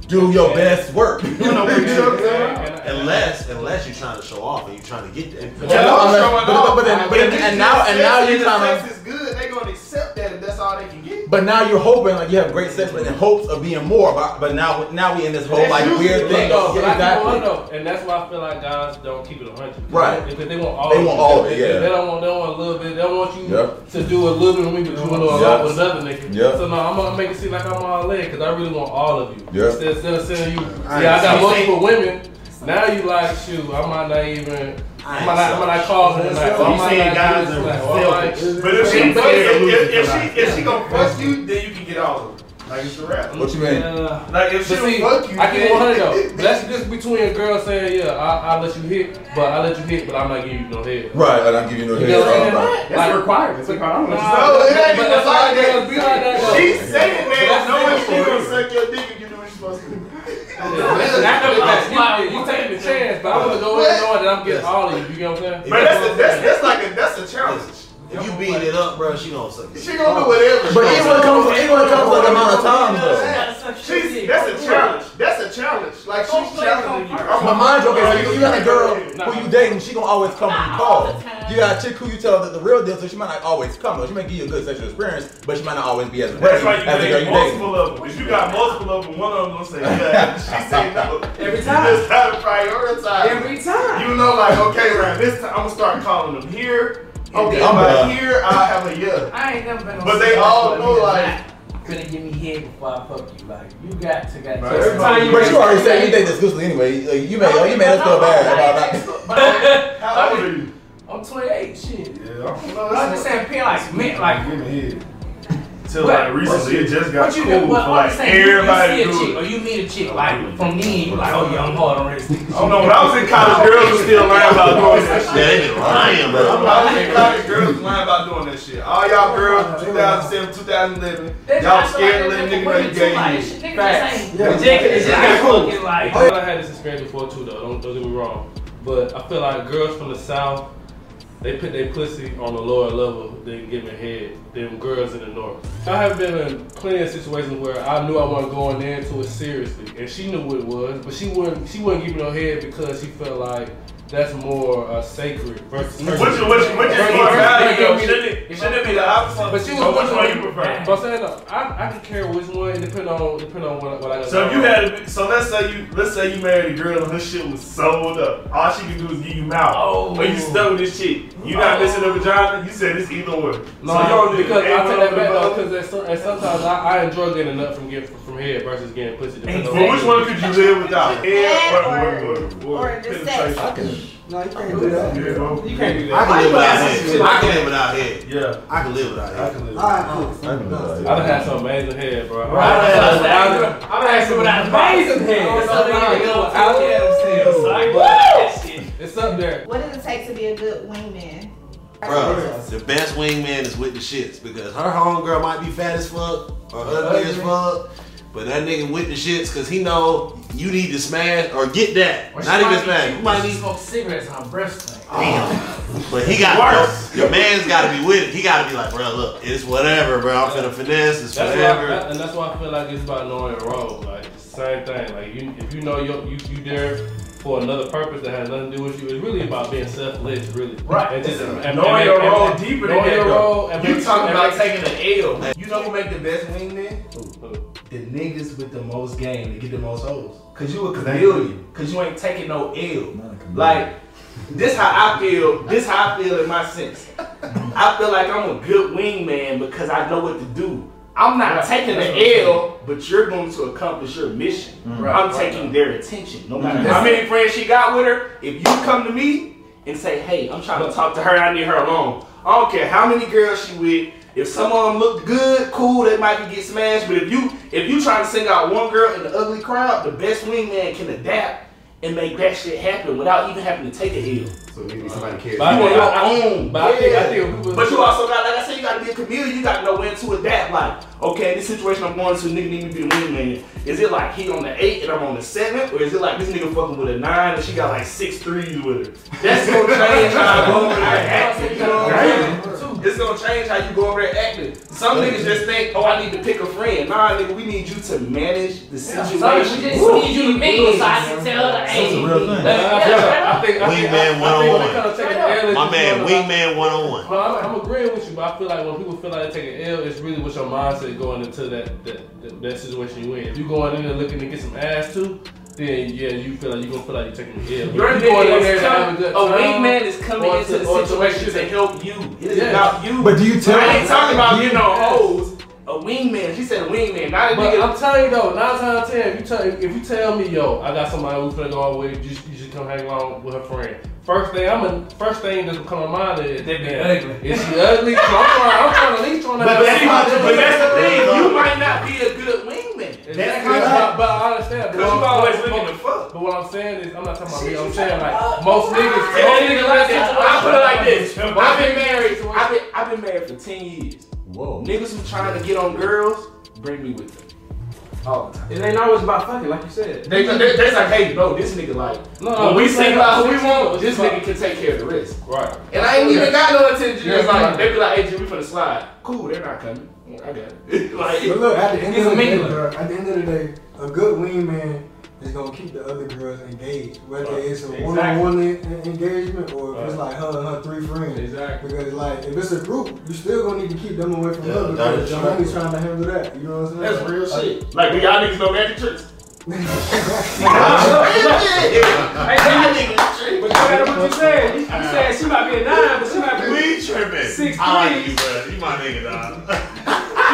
[SPEAKER 5] do your best work.
[SPEAKER 4] You know, but
[SPEAKER 8] "Oh,
[SPEAKER 4] you-
[SPEAKER 3] Unless, unless you're trying to show off and you're trying to get that.
[SPEAKER 5] Yeah,
[SPEAKER 7] Y'all
[SPEAKER 5] unless-
[SPEAKER 7] showing
[SPEAKER 5] but-
[SPEAKER 7] off.
[SPEAKER 5] but then- but then-
[SPEAKER 7] If
[SPEAKER 5] and
[SPEAKER 7] it's
[SPEAKER 5] now-
[SPEAKER 7] just
[SPEAKER 5] and now
[SPEAKER 7] sex
[SPEAKER 5] you're trying to-
[SPEAKER 7] the Sex is good. They gonna accept that if that's all they can get.
[SPEAKER 5] But now you're hoping like you have great sex, but in hopes of being more. But, but now now we in this whole
[SPEAKER 7] That's
[SPEAKER 5] like
[SPEAKER 7] usually
[SPEAKER 5] weird
[SPEAKER 7] what
[SPEAKER 5] thing.
[SPEAKER 8] No,
[SPEAKER 5] of-
[SPEAKER 8] but
[SPEAKER 5] Yeah,
[SPEAKER 8] I
[SPEAKER 5] exactly.
[SPEAKER 8] keep on, though, and that's why I feel like guys don't keep it 100.
[SPEAKER 5] Right.
[SPEAKER 8] Because they want all
[SPEAKER 5] They
[SPEAKER 8] of
[SPEAKER 5] want
[SPEAKER 8] it.
[SPEAKER 5] all of it,
[SPEAKER 8] They-
[SPEAKER 5] yeah.
[SPEAKER 8] They don't want, they want a little bit. They don't want you
[SPEAKER 5] Yep.
[SPEAKER 8] to do a little bit with me, but you want to do a
[SPEAKER 5] Yep.
[SPEAKER 8] lot with another nigga.
[SPEAKER 5] Yep.
[SPEAKER 8] So, no, I'm going to make it seem like I'm all in because I really want all of you.
[SPEAKER 5] Yep.
[SPEAKER 8] Instead, instead of saying you,
[SPEAKER 4] I
[SPEAKER 8] yeah, I got
[SPEAKER 4] ain't-
[SPEAKER 8] multiple women, now you like, shoot, I might not even. I might not, I might not call her tonight. or I
[SPEAKER 4] So you
[SPEAKER 8] might
[SPEAKER 4] saying
[SPEAKER 8] not do
[SPEAKER 4] guys
[SPEAKER 8] this
[SPEAKER 4] are
[SPEAKER 8] tonight, or I might-
[SPEAKER 4] selfish.
[SPEAKER 7] But if she,
[SPEAKER 4] I'm
[SPEAKER 7] fucks,
[SPEAKER 4] scared of
[SPEAKER 7] if, if,
[SPEAKER 4] losing
[SPEAKER 7] if she
[SPEAKER 4] somebody.
[SPEAKER 7] if she gonna fuck you, then you can get all of it. Like it's a wrap.
[SPEAKER 5] What you mean?
[SPEAKER 8] Yeah.
[SPEAKER 7] Like if she
[SPEAKER 8] But see,
[SPEAKER 7] fuck you,
[SPEAKER 8] I keep
[SPEAKER 7] then-
[SPEAKER 8] 100 though. That's just between a girl saying, yeah, I, I'll let you hit, but I'll let you hit, but I'm not giving you no head.
[SPEAKER 5] Right, but I'm giving you no
[SPEAKER 8] You
[SPEAKER 5] head.
[SPEAKER 8] know what
[SPEAKER 5] so
[SPEAKER 8] I'm
[SPEAKER 5] I'm like-
[SPEAKER 8] saying?
[SPEAKER 4] That's a
[SPEAKER 8] Like,
[SPEAKER 4] requirement. It's like, I don't know.
[SPEAKER 8] nah,
[SPEAKER 7] No, it ain't
[SPEAKER 8] but
[SPEAKER 7] even
[SPEAKER 8] that's all
[SPEAKER 7] like
[SPEAKER 8] girls
[SPEAKER 7] that.
[SPEAKER 8] Be like that though.
[SPEAKER 7] She saying that
[SPEAKER 8] That's
[SPEAKER 7] knowing
[SPEAKER 8] it.
[SPEAKER 7] she gonna suck your dick if you do what you're supposed to do.
[SPEAKER 8] That's like, you, you taking the chance, but I'm gonna go in knowing that I'm getting all of you. You know what I'm saying?
[SPEAKER 7] But that's, a, that's that's like a that's a challenge.
[SPEAKER 3] If you beat it up, bro, she gonna suck.
[SPEAKER 7] She gonna do whatever.
[SPEAKER 5] But even when it comes, even when it comes to the amount of times though.
[SPEAKER 7] She's, that's a challenge. That's a challenge. Like she's challenging you.
[SPEAKER 5] My mind's okay. So you, you got a girl who you dating, she gonna always come when you call. You got a chick who you tell that the real deal, so she might not always come. Though. She might give you a good sexual experience, but she might not always be as ready
[SPEAKER 7] That's why you
[SPEAKER 5] as the girl
[SPEAKER 7] date
[SPEAKER 5] you dating.
[SPEAKER 7] multiple of them. If you got multiple of them, one of them gonna say yeah. and She say no. Every time. You just gotta prioritize. Every time. You know, like okay, right. This time I'm gonna start calling them here. Okay,
[SPEAKER 5] I'm
[SPEAKER 7] I'm
[SPEAKER 5] done.
[SPEAKER 7] by here. I have a yeah.
[SPEAKER 1] I ain't never been on
[SPEAKER 7] But they
[SPEAKER 1] sex
[SPEAKER 7] all
[SPEAKER 1] with a
[SPEAKER 7] know,
[SPEAKER 1] nigga
[SPEAKER 7] like-
[SPEAKER 1] not Gonna give me head before I fuck you. Like you got to got
[SPEAKER 7] Bro,
[SPEAKER 1] to.
[SPEAKER 7] everybody-
[SPEAKER 1] Every time
[SPEAKER 5] But you already said you date this loosely anyway. Like, you made oh, you made us feel bad about that.
[SPEAKER 1] that.
[SPEAKER 7] How old are you?
[SPEAKER 1] I'm 28. Shit.
[SPEAKER 7] Yeah, I don't know.
[SPEAKER 1] I understand being like mint, like
[SPEAKER 7] Till
[SPEAKER 1] What?
[SPEAKER 7] like recently, it just got
[SPEAKER 1] what you
[SPEAKER 7] cool.
[SPEAKER 1] do. What,
[SPEAKER 7] for,
[SPEAKER 1] what I'm
[SPEAKER 7] like
[SPEAKER 1] saying, you,
[SPEAKER 7] everybody
[SPEAKER 1] you see a
[SPEAKER 7] do
[SPEAKER 1] chick
[SPEAKER 7] it.
[SPEAKER 1] or you meet a chick like from then, you like oh yeah, I'm hard on this.
[SPEAKER 7] I don't know. When I was in college, girls were still lying about doing that
[SPEAKER 3] Yeah,
[SPEAKER 7] shit.
[SPEAKER 3] they be lying,
[SPEAKER 7] When
[SPEAKER 3] bro.
[SPEAKER 7] I was in college, girls was lying about doing that shit. All y'all girls, 2007, 2011, y'all scared to let a nigga know you gay.
[SPEAKER 6] Niggas just
[SPEAKER 1] Facts.
[SPEAKER 6] ain't-
[SPEAKER 9] Yeah.
[SPEAKER 1] The chick is just
[SPEAKER 7] Yeah.
[SPEAKER 1] like fucking like.
[SPEAKER 8] I feel like I had this experience before too, though. Don't, don't get me wrong, but I feel like girls from the south, they put their pussy on a lower level than giving head than girls in the north. I have been in plenty of situations where I knew I wasn't going into it seriously, and she knew what it was, but she wouldn't. She wouldn't give me no head because she felt like that's more uh, sacred versus.
[SPEAKER 7] Which, which, which is more value, though? Shouldn't it, shouldn't it be the opposite?
[SPEAKER 8] But she was
[SPEAKER 7] Or which
[SPEAKER 8] one
[SPEAKER 7] one
[SPEAKER 8] of-
[SPEAKER 7] you prefer?
[SPEAKER 8] But I'm saying though, I, I could care which one, it depend on depend on what, what I got.
[SPEAKER 7] So if
[SPEAKER 8] going
[SPEAKER 7] you
[SPEAKER 8] on.
[SPEAKER 7] had, a- so let's say you, let's say you married a girl and her shit was sold up. All she can do is give you mouth.
[SPEAKER 1] Oh.
[SPEAKER 7] When you stole this shit, you not
[SPEAKER 8] Oh.
[SPEAKER 7] missing a vagina. You said it's either or.
[SPEAKER 8] No,
[SPEAKER 7] so you don't
[SPEAKER 8] because I
[SPEAKER 7] ain't
[SPEAKER 8] take
[SPEAKER 7] one
[SPEAKER 8] that back
[SPEAKER 7] over
[SPEAKER 8] though,
[SPEAKER 7] the other.
[SPEAKER 8] because at, some- at sometimes I, I enjoy getting a nut from getting from head versus getting pussy. depending on-
[SPEAKER 7] But which one could you live
[SPEAKER 6] Head
[SPEAKER 7] without? Head
[SPEAKER 6] or-
[SPEAKER 7] or, or, or,
[SPEAKER 6] or just sex.
[SPEAKER 5] I
[SPEAKER 7] penetration?
[SPEAKER 5] can.
[SPEAKER 9] No, you can't do that.
[SPEAKER 7] Yeah, bro.
[SPEAKER 2] You can't do
[SPEAKER 3] I
[SPEAKER 2] that.
[SPEAKER 3] can live without head. I can live without head.
[SPEAKER 7] Yeah,
[SPEAKER 3] I can live without
[SPEAKER 7] I
[SPEAKER 3] head.
[SPEAKER 7] can live.
[SPEAKER 9] Alright,
[SPEAKER 5] I
[SPEAKER 9] cool.
[SPEAKER 5] can do that.
[SPEAKER 8] I done had some amazing head, bro.
[SPEAKER 1] I've
[SPEAKER 8] I,
[SPEAKER 1] had- I've had- I've had some amazing heads.
[SPEAKER 8] I don't know how you go out there it's up there.
[SPEAKER 6] What does it take to be a good wingman?
[SPEAKER 3] Bro, the best wingman is with the shits because her homegirl might be fat as fuck or ugly as fuck, but that nigga with the shits because he know you need to smash or get that. Not even smash. You might need.
[SPEAKER 1] smoke cigarettes on her breast. thing.
[SPEAKER 3] Damn. But he got
[SPEAKER 7] Worse.
[SPEAKER 3] your man's got to be with it. He got to be like, bro, look, it's whatever, bro. I'm finna finesse. It's
[SPEAKER 8] That's why,
[SPEAKER 3] whatever.
[SPEAKER 8] I, and that's why I feel like it's about knowing the role. Like it's the same thing. Like you, if you know you you you there for another purpose that has nothing to do with you, it's really about being selfless, really.
[SPEAKER 1] Right.
[SPEAKER 8] And just and- and-
[SPEAKER 7] Knowing your
[SPEAKER 8] and-
[SPEAKER 7] role
[SPEAKER 8] and-
[SPEAKER 7] deeper than
[SPEAKER 8] knowing
[SPEAKER 7] that.
[SPEAKER 8] your
[SPEAKER 7] though.
[SPEAKER 8] role. and
[SPEAKER 7] You
[SPEAKER 8] make-
[SPEAKER 7] talking
[SPEAKER 8] and
[SPEAKER 7] about
[SPEAKER 8] make-
[SPEAKER 7] taking an L? You know who make the best wingman? The niggas with the most game to get the most hoes. Cause you a chameleon. Cause you ain't taking no L. Like this how I feel. This how I feel in my sense. I feel like I'm a good wingman because I know what to do. I'm not taking the L, but you're going to accomplish your mission. I'm taking their attention, no matter how many friends she got with her. If you come to me and say, "Hey, I'm trying to talk to her. I need her alone." I don't care how many girls she with. If some of them look good, cool, they might can get smashed. But if you if you trying to sing out one girl in the ugly crowd, the best wingman can adapt and make that shit happen without even having to take a L.
[SPEAKER 4] So maybe somebody cares.
[SPEAKER 8] But I
[SPEAKER 7] You
[SPEAKER 8] think-
[SPEAKER 7] on your
[SPEAKER 8] I- I-
[SPEAKER 7] own.
[SPEAKER 8] But I think I
[SPEAKER 7] Yeah.
[SPEAKER 8] think if we was-
[SPEAKER 7] But you also got, like I said, you gotta be a chameleon. You gotta know when to adapt. Like, okay, this situation I'm going to, nigga need me to be the wingman. Is it like he on the eight and I'm on the seven, or is it like this nigga fucking with a nine and she got like six threes with her? That's gonna change how I go over there. and act, You know what I'm saying? It's it's gonna change how you go over there acting. Some niggas just think, oh, I need to pick a friend. Nah, nigga, we need you to manage the situation.
[SPEAKER 1] we just need you to mingle so I can tell her,
[SPEAKER 5] That's
[SPEAKER 1] hey,
[SPEAKER 5] a real thing.
[SPEAKER 8] I think, I think,
[SPEAKER 3] Wingman
[SPEAKER 8] I think when it
[SPEAKER 3] 101.
[SPEAKER 8] comes to taking an L,
[SPEAKER 3] My
[SPEAKER 8] it's
[SPEAKER 3] man,
[SPEAKER 8] just about-
[SPEAKER 3] Wingman 101.
[SPEAKER 8] Well, I'm, I'm agreeing with you, but I feel like when people feel like they take an L, it's really what your mindset going into that that, that, that situation you in. If you going in there looking to get some ass too, then yeah, you feel like you gonna feel like you're taking an L. But
[SPEAKER 1] Your
[SPEAKER 8] if you going
[SPEAKER 1] nigga
[SPEAKER 8] in there
[SPEAKER 1] is
[SPEAKER 8] to have
[SPEAKER 1] coming,
[SPEAKER 8] a
[SPEAKER 1] a
[SPEAKER 8] good time,
[SPEAKER 1] wingman is coming
[SPEAKER 8] or
[SPEAKER 1] into
[SPEAKER 8] to-
[SPEAKER 1] the
[SPEAKER 8] or to
[SPEAKER 1] situation
[SPEAKER 8] make
[SPEAKER 1] to
[SPEAKER 8] sure-
[SPEAKER 1] help you. It is
[SPEAKER 8] Yes.
[SPEAKER 1] about you.
[SPEAKER 5] But do you tell?
[SPEAKER 7] I ain't talking about
[SPEAKER 5] you
[SPEAKER 7] getting on hoes. A wingman. She said a wingman, not a
[SPEAKER 8] But
[SPEAKER 7] nigga.
[SPEAKER 8] I'm telling you though, nine times out of ten, if you tell if you tell me yo, I got somebody who's gonna go out with, you just, you just come hang along with her friend. First thing I'm a first thing that's gonna come to mind is
[SPEAKER 1] They be
[SPEAKER 8] man,
[SPEAKER 1] ugly.
[SPEAKER 8] Is she ugly? So I'm trying, I'm trying at least trying to.
[SPEAKER 4] But
[SPEAKER 8] have
[SPEAKER 4] that's
[SPEAKER 8] somebody
[SPEAKER 4] not-
[SPEAKER 8] that-
[SPEAKER 7] But that's the thing. You might not be a good wingman.
[SPEAKER 8] That's
[SPEAKER 4] That's
[SPEAKER 8] not, but I understand.
[SPEAKER 7] Cause you
[SPEAKER 8] But-
[SPEAKER 7] always
[SPEAKER 8] but-
[SPEAKER 7] looking to fuck.
[SPEAKER 8] But what I'm saying is, I'm not talking about
[SPEAKER 6] Shit,
[SPEAKER 8] me. I'm
[SPEAKER 6] you
[SPEAKER 8] saying
[SPEAKER 6] talking
[SPEAKER 8] like
[SPEAKER 6] about-
[SPEAKER 8] most niggas,
[SPEAKER 6] And
[SPEAKER 8] most
[SPEAKER 7] And then
[SPEAKER 8] niggas
[SPEAKER 7] nigga
[SPEAKER 8] like
[SPEAKER 7] like this, I
[SPEAKER 8] that.
[SPEAKER 7] put it like this. I've been married. I've been I've been married for ten years.
[SPEAKER 5] Whoa.
[SPEAKER 7] Niggas who trying to get on girls, bring me with them. All the time.
[SPEAKER 2] It ain't always about fucking, like you said.
[SPEAKER 7] They, they, they like, hey, no, this nigga like.
[SPEAKER 8] No, no,
[SPEAKER 7] when we
[SPEAKER 8] we say
[SPEAKER 7] single out who we
[SPEAKER 8] six
[SPEAKER 7] want,
[SPEAKER 8] months,
[SPEAKER 7] this
[SPEAKER 8] six
[SPEAKER 7] nigga can take care of the rest.
[SPEAKER 8] Right.
[SPEAKER 7] And I ain't even got no attention. It's
[SPEAKER 8] Yeah,
[SPEAKER 7] like
[SPEAKER 8] right.
[SPEAKER 7] they be like, hey, G, we finna slide. Cool, they're not coming. I got it. like,
[SPEAKER 9] But look, at the end
[SPEAKER 1] He's
[SPEAKER 9] of
[SPEAKER 1] a
[SPEAKER 9] the day,
[SPEAKER 1] mingler.
[SPEAKER 9] bro, at the end of the day, a good wingman is gonna keep the other girls engaged, whether
[SPEAKER 7] Right.
[SPEAKER 9] it's a
[SPEAKER 7] Exactly.
[SPEAKER 9] one-on-one en- engagement or if it's
[SPEAKER 7] Right.
[SPEAKER 9] like her and her three friends.
[SPEAKER 7] Exactly.
[SPEAKER 9] Because like, if it's a group, you still gonna need to keep them away from
[SPEAKER 3] Yeah,
[SPEAKER 9] her
[SPEAKER 3] that is
[SPEAKER 9] because you're
[SPEAKER 3] true.
[SPEAKER 9] only trying to handle that. You know what I'm saying?
[SPEAKER 7] that's real shit. Like, do y'all niggas know magic tricks?
[SPEAKER 2] Hey, but you gotta what you said. You, you said she might be a nine, but she might be.
[SPEAKER 3] We tripping.
[SPEAKER 2] Six
[SPEAKER 3] I like
[SPEAKER 2] threes.
[SPEAKER 3] you, bro. You my nigga, dog.
[SPEAKER 1] You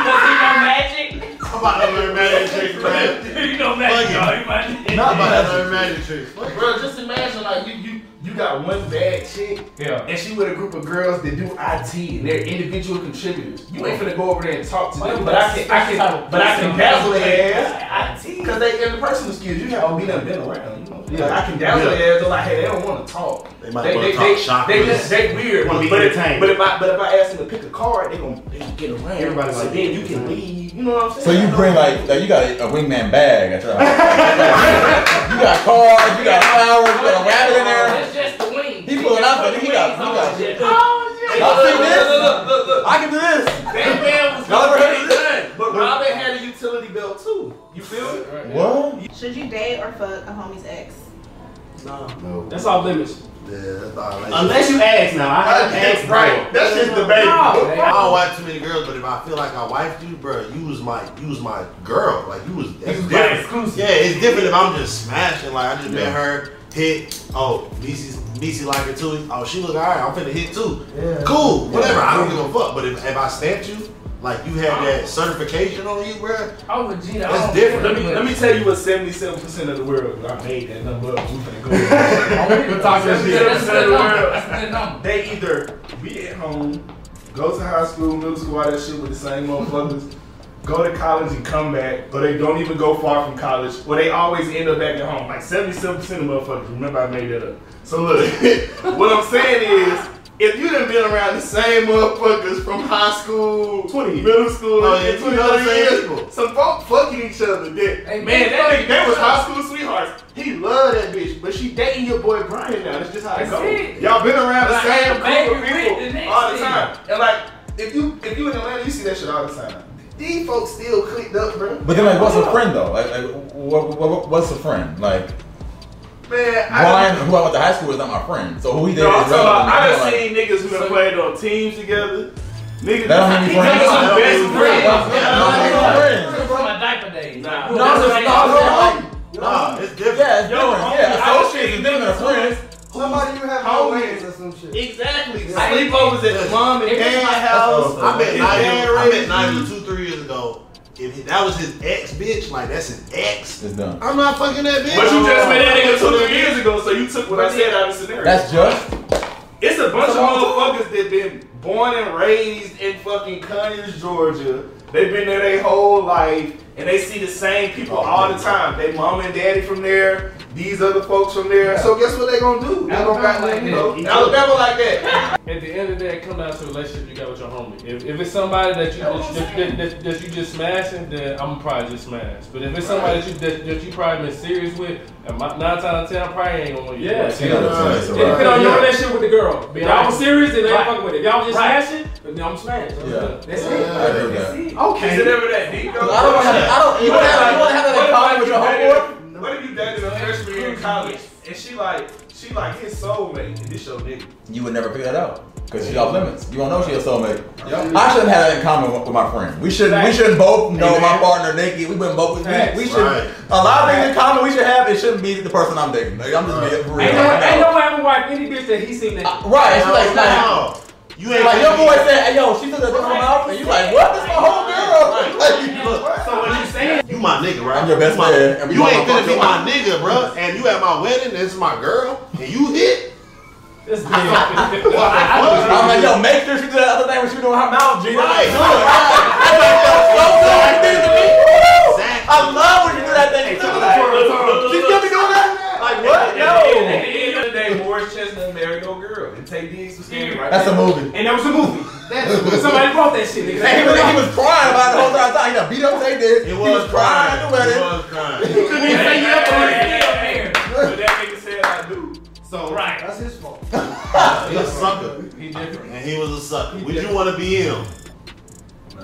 [SPEAKER 1] know magic?
[SPEAKER 3] I'm about to learn magic tricks, man.
[SPEAKER 1] You know
[SPEAKER 3] Fuck
[SPEAKER 1] magic,
[SPEAKER 3] it.
[SPEAKER 1] y'all. You might
[SPEAKER 3] Not about to learn magic tricks. Fuck it.
[SPEAKER 7] Bro, just imagine, like, you you you got one bad chick,
[SPEAKER 8] Yeah.
[SPEAKER 7] and she with a group of girls that do IT, and they're individual contributors. You ain't finna go over there and talk to them, but I can, I can, but I can dazzle their ass. Because they in the personal skills, you have oh, we done been around. You know, yeah. like, I can down
[SPEAKER 3] Yeah.
[SPEAKER 7] their ass. They're like, hey, they don't want to talk.
[SPEAKER 3] They might
[SPEAKER 7] they,
[SPEAKER 3] wanna
[SPEAKER 7] they,
[SPEAKER 3] talk
[SPEAKER 7] they,
[SPEAKER 3] shoppers.
[SPEAKER 7] They, just, they weird.
[SPEAKER 4] Wanna be
[SPEAKER 7] but, if,
[SPEAKER 4] entertained.
[SPEAKER 7] but if I but if I ask them to pick a card, they gonna they gonna get around.
[SPEAKER 4] Everybody
[SPEAKER 7] so
[SPEAKER 4] like
[SPEAKER 7] then
[SPEAKER 4] to
[SPEAKER 7] you
[SPEAKER 4] be
[SPEAKER 7] can
[SPEAKER 4] entertained.
[SPEAKER 7] leave. You know what I'm saying?
[SPEAKER 5] So you bring like, like you got a wingman bag at your house. you got cars, you got flowers, you got a rabbit in there.
[SPEAKER 1] That's just the wing.
[SPEAKER 5] He pulling out, but he got- he got- Y'all see
[SPEAKER 7] Look, look,
[SPEAKER 5] this?
[SPEAKER 7] look, look, look.
[SPEAKER 5] I can do this.
[SPEAKER 7] Batman was
[SPEAKER 5] Y'all ever heard of
[SPEAKER 7] done, but Robin had a utility belt too. You feel me?
[SPEAKER 5] What?
[SPEAKER 6] Should you date or fuck a homie's ex?
[SPEAKER 9] Nah.
[SPEAKER 3] No.
[SPEAKER 2] That's off limits.
[SPEAKER 3] Yeah, that's all I like.
[SPEAKER 4] Unless you ask now, I have asked
[SPEAKER 3] right.
[SPEAKER 4] before.
[SPEAKER 3] That's just debate.
[SPEAKER 6] No.
[SPEAKER 3] I don't watch too many girls, but if I feel like I wife you, bro, you was my you was my girl. Like you was that's
[SPEAKER 7] was my
[SPEAKER 3] different.
[SPEAKER 7] exclusive.
[SPEAKER 3] Yeah, it's different if I'm just smashing. Like I just met her, hit. Oh, BC's BC like her too. Oh, she look alright. I'm finna hit too.
[SPEAKER 9] Yeah.
[SPEAKER 3] Cool, whatever. I don't give a fuck. But if, if I stamped you, like you had that certification on you, bro.
[SPEAKER 1] I'm with Gina.
[SPEAKER 3] That's
[SPEAKER 1] That's
[SPEAKER 3] different.
[SPEAKER 7] Let me let me tell you what 77% of the world. I made that number up. We finna go.
[SPEAKER 1] We're talking
[SPEAKER 7] That's
[SPEAKER 1] shit.
[SPEAKER 7] good.
[SPEAKER 1] That's a good number. That's a good number.
[SPEAKER 7] they either be at home, go to high school, middle school, all that shit with the same motherfuckers, go to college and come back, or they don't even go far from college, or they always end up back at home. Like 77% of motherfuckers, remember I made that up. So look, what I'm saying is, if you done been around the same motherfuckers from high school,
[SPEAKER 4] 20 years.
[SPEAKER 7] middle school,
[SPEAKER 3] Oh, yeah,
[SPEAKER 7] and
[SPEAKER 3] you
[SPEAKER 7] 20
[SPEAKER 3] know the
[SPEAKER 7] other
[SPEAKER 3] same people.
[SPEAKER 7] years, some folk fucking each other. Then,
[SPEAKER 1] Hey,
[SPEAKER 7] man,
[SPEAKER 1] man,
[SPEAKER 7] that
[SPEAKER 1] fuck
[SPEAKER 7] nigga, that was
[SPEAKER 1] each other.
[SPEAKER 7] high school sweethearts. He loved that bitch, but she dating your boy Brian now. That's just how it
[SPEAKER 1] That's
[SPEAKER 7] goes.
[SPEAKER 1] it.
[SPEAKER 7] Y'all been around the
[SPEAKER 1] Like,
[SPEAKER 7] same
[SPEAKER 1] baby,
[SPEAKER 7] group of people
[SPEAKER 1] with the next
[SPEAKER 7] all the
[SPEAKER 1] thing.
[SPEAKER 7] time. And like, if you if you in Atlanta, you see that shit all the time. These folks still clicked up, bro.
[SPEAKER 5] But then like, what's a friend though? Like, like what, what, what- what's a friend? Like,
[SPEAKER 7] Man,
[SPEAKER 5] Brian,
[SPEAKER 7] I
[SPEAKER 5] who I went to high school with, is not my friend. So who he did
[SPEAKER 7] No, I'm
[SPEAKER 5] is
[SPEAKER 7] talking about,
[SPEAKER 5] relevant. I'm
[SPEAKER 7] I done
[SPEAKER 5] like,
[SPEAKER 7] seen niggas who done played on teams together. Niggas,
[SPEAKER 5] That don't mean
[SPEAKER 7] he
[SPEAKER 5] friends. That
[SPEAKER 7] got some
[SPEAKER 3] don't
[SPEAKER 7] best
[SPEAKER 3] mean
[SPEAKER 7] friends.
[SPEAKER 3] friends.
[SPEAKER 7] Yeah,
[SPEAKER 5] I'm
[SPEAKER 7] I
[SPEAKER 5] not
[SPEAKER 7] know.
[SPEAKER 5] my friend.
[SPEAKER 1] From my diaper days.
[SPEAKER 7] Nah.
[SPEAKER 1] Who-
[SPEAKER 5] No, it's
[SPEAKER 1] somebody-
[SPEAKER 5] not.
[SPEAKER 1] somebody-
[SPEAKER 3] Nah, it's different.
[SPEAKER 5] Yeah, it's
[SPEAKER 7] Yo,
[SPEAKER 5] different.
[SPEAKER 7] homie,
[SPEAKER 5] Yeah,
[SPEAKER 7] I was
[SPEAKER 5] associates is
[SPEAKER 7] thinking
[SPEAKER 5] different than friends.
[SPEAKER 9] Somebody you have
[SPEAKER 7] How
[SPEAKER 9] no
[SPEAKER 7] we-
[SPEAKER 9] ways or some shit.
[SPEAKER 7] Exactly.
[SPEAKER 9] Yeah.
[SPEAKER 7] Sleepovers at mom and
[SPEAKER 1] If it's
[SPEAKER 7] dad's
[SPEAKER 1] my
[SPEAKER 7] house.
[SPEAKER 3] I met
[SPEAKER 7] His
[SPEAKER 3] Nigel.
[SPEAKER 7] dad
[SPEAKER 3] I met
[SPEAKER 7] raised
[SPEAKER 3] Nigel two, three years ago. If he- that was his ex, bitch, like that's his ex.
[SPEAKER 5] It's done.
[SPEAKER 3] I'm not fucking that bitch. Oh.
[SPEAKER 7] But you just met that nigga two three years ago, so you took what I said out of the scenario.
[SPEAKER 5] That's just.
[SPEAKER 7] It's a bunch
[SPEAKER 5] That's
[SPEAKER 7] of
[SPEAKER 5] a long
[SPEAKER 7] motherfuckers that been born and raised in fucking Conyers, Georgia. They've been there their whole life, and they see the same people all the time. They mom and daddy from there. These other folks from there. So guess what they gonna do? They gonna
[SPEAKER 8] Alabama
[SPEAKER 7] got
[SPEAKER 8] like
[SPEAKER 7] like you
[SPEAKER 8] that.
[SPEAKER 7] know Alabama like that.
[SPEAKER 8] At the end of the day, it comes down to the relationship you got with your homie. If, if it's somebody that you that, that, that, that you just smashing, then I'm probably just smash. But if it's somebody that you that, that you probably been serious with, and my, nine times out of ten, I probably ain't gonna.
[SPEAKER 2] Yeah.
[SPEAKER 5] Ten out of ten,
[SPEAKER 2] It
[SPEAKER 5] that's
[SPEAKER 2] depends on
[SPEAKER 5] alright.
[SPEAKER 2] your relationship with the girl. If y'all was serious, then they ain't fucking with it. If y'all was just
[SPEAKER 8] Right.
[SPEAKER 2] smashing, but now I'm smashed.
[SPEAKER 5] Yeah.
[SPEAKER 2] That's it.
[SPEAKER 5] I agree with
[SPEAKER 2] That's
[SPEAKER 5] that.
[SPEAKER 2] it.
[SPEAKER 7] Okay.
[SPEAKER 1] ever that deep though?
[SPEAKER 10] I don't want to. I don't. You want to have. You want to have that in common with your homeboy?
[SPEAKER 7] What if you dated a freshman in college and she like she like his soulmate and this your nigga?
[SPEAKER 5] You would never figure that out because she's off limits. You don't know she's a soulmate. I shouldn't have that in common with, with my friend. We should. We should both know my
[SPEAKER 7] Amen.
[SPEAKER 5] partner Nikki. We wouldn't both. We, we should.
[SPEAKER 3] Right.
[SPEAKER 5] A lot of things in common we should have. It shouldn't be the person I'm dating. Like, I'm just being for real.
[SPEAKER 2] Ain't no, ain't no having wife any bitch that he seen that.
[SPEAKER 5] Uh, right. It's like, like,
[SPEAKER 3] No, you ain't
[SPEAKER 5] like your boy said, hey, yo, she took that thing from my outfit. You like, what? That's my whole girl. Like, look.
[SPEAKER 4] So when you saying
[SPEAKER 3] You my nigga, right?
[SPEAKER 5] I'm your best
[SPEAKER 3] you my,
[SPEAKER 5] man, and we
[SPEAKER 3] You
[SPEAKER 5] my
[SPEAKER 3] ain't finna be
[SPEAKER 5] motherfucker.
[SPEAKER 3] my nigga, bro. And you at my wedding, this is my girl, and you hit.
[SPEAKER 2] This nigga.
[SPEAKER 3] What the fuck?
[SPEAKER 5] I'm like, yo, make sure she do that other thing when she doing her mouth, G.
[SPEAKER 3] Right,
[SPEAKER 5] Like,
[SPEAKER 3] no, right.
[SPEAKER 5] I like, yo, so good. Like, this to me. Woo!
[SPEAKER 3] Exactly.
[SPEAKER 5] I love when you do that thing. She still be she still be doing that? Like, what? No.
[SPEAKER 7] At the end of the day, Morris Chestnut married no girl, and Tay Diggs was standing right.
[SPEAKER 5] That's a movie.
[SPEAKER 2] And that was a movie. Somebody brought that shit,
[SPEAKER 5] And he was, he
[SPEAKER 2] nigga.
[SPEAKER 5] was crying about it the whole entire time. He got beat up, they did.
[SPEAKER 3] It
[SPEAKER 5] he was crying
[SPEAKER 3] It
[SPEAKER 5] at the wedding.
[SPEAKER 3] was crying.
[SPEAKER 4] couldn't even say yes to it.
[SPEAKER 7] But that nigga said I do.
[SPEAKER 4] So
[SPEAKER 9] That's his fault.
[SPEAKER 3] He a sucker,
[SPEAKER 8] He different.
[SPEAKER 3] and he was a sucker. Would you want to be him?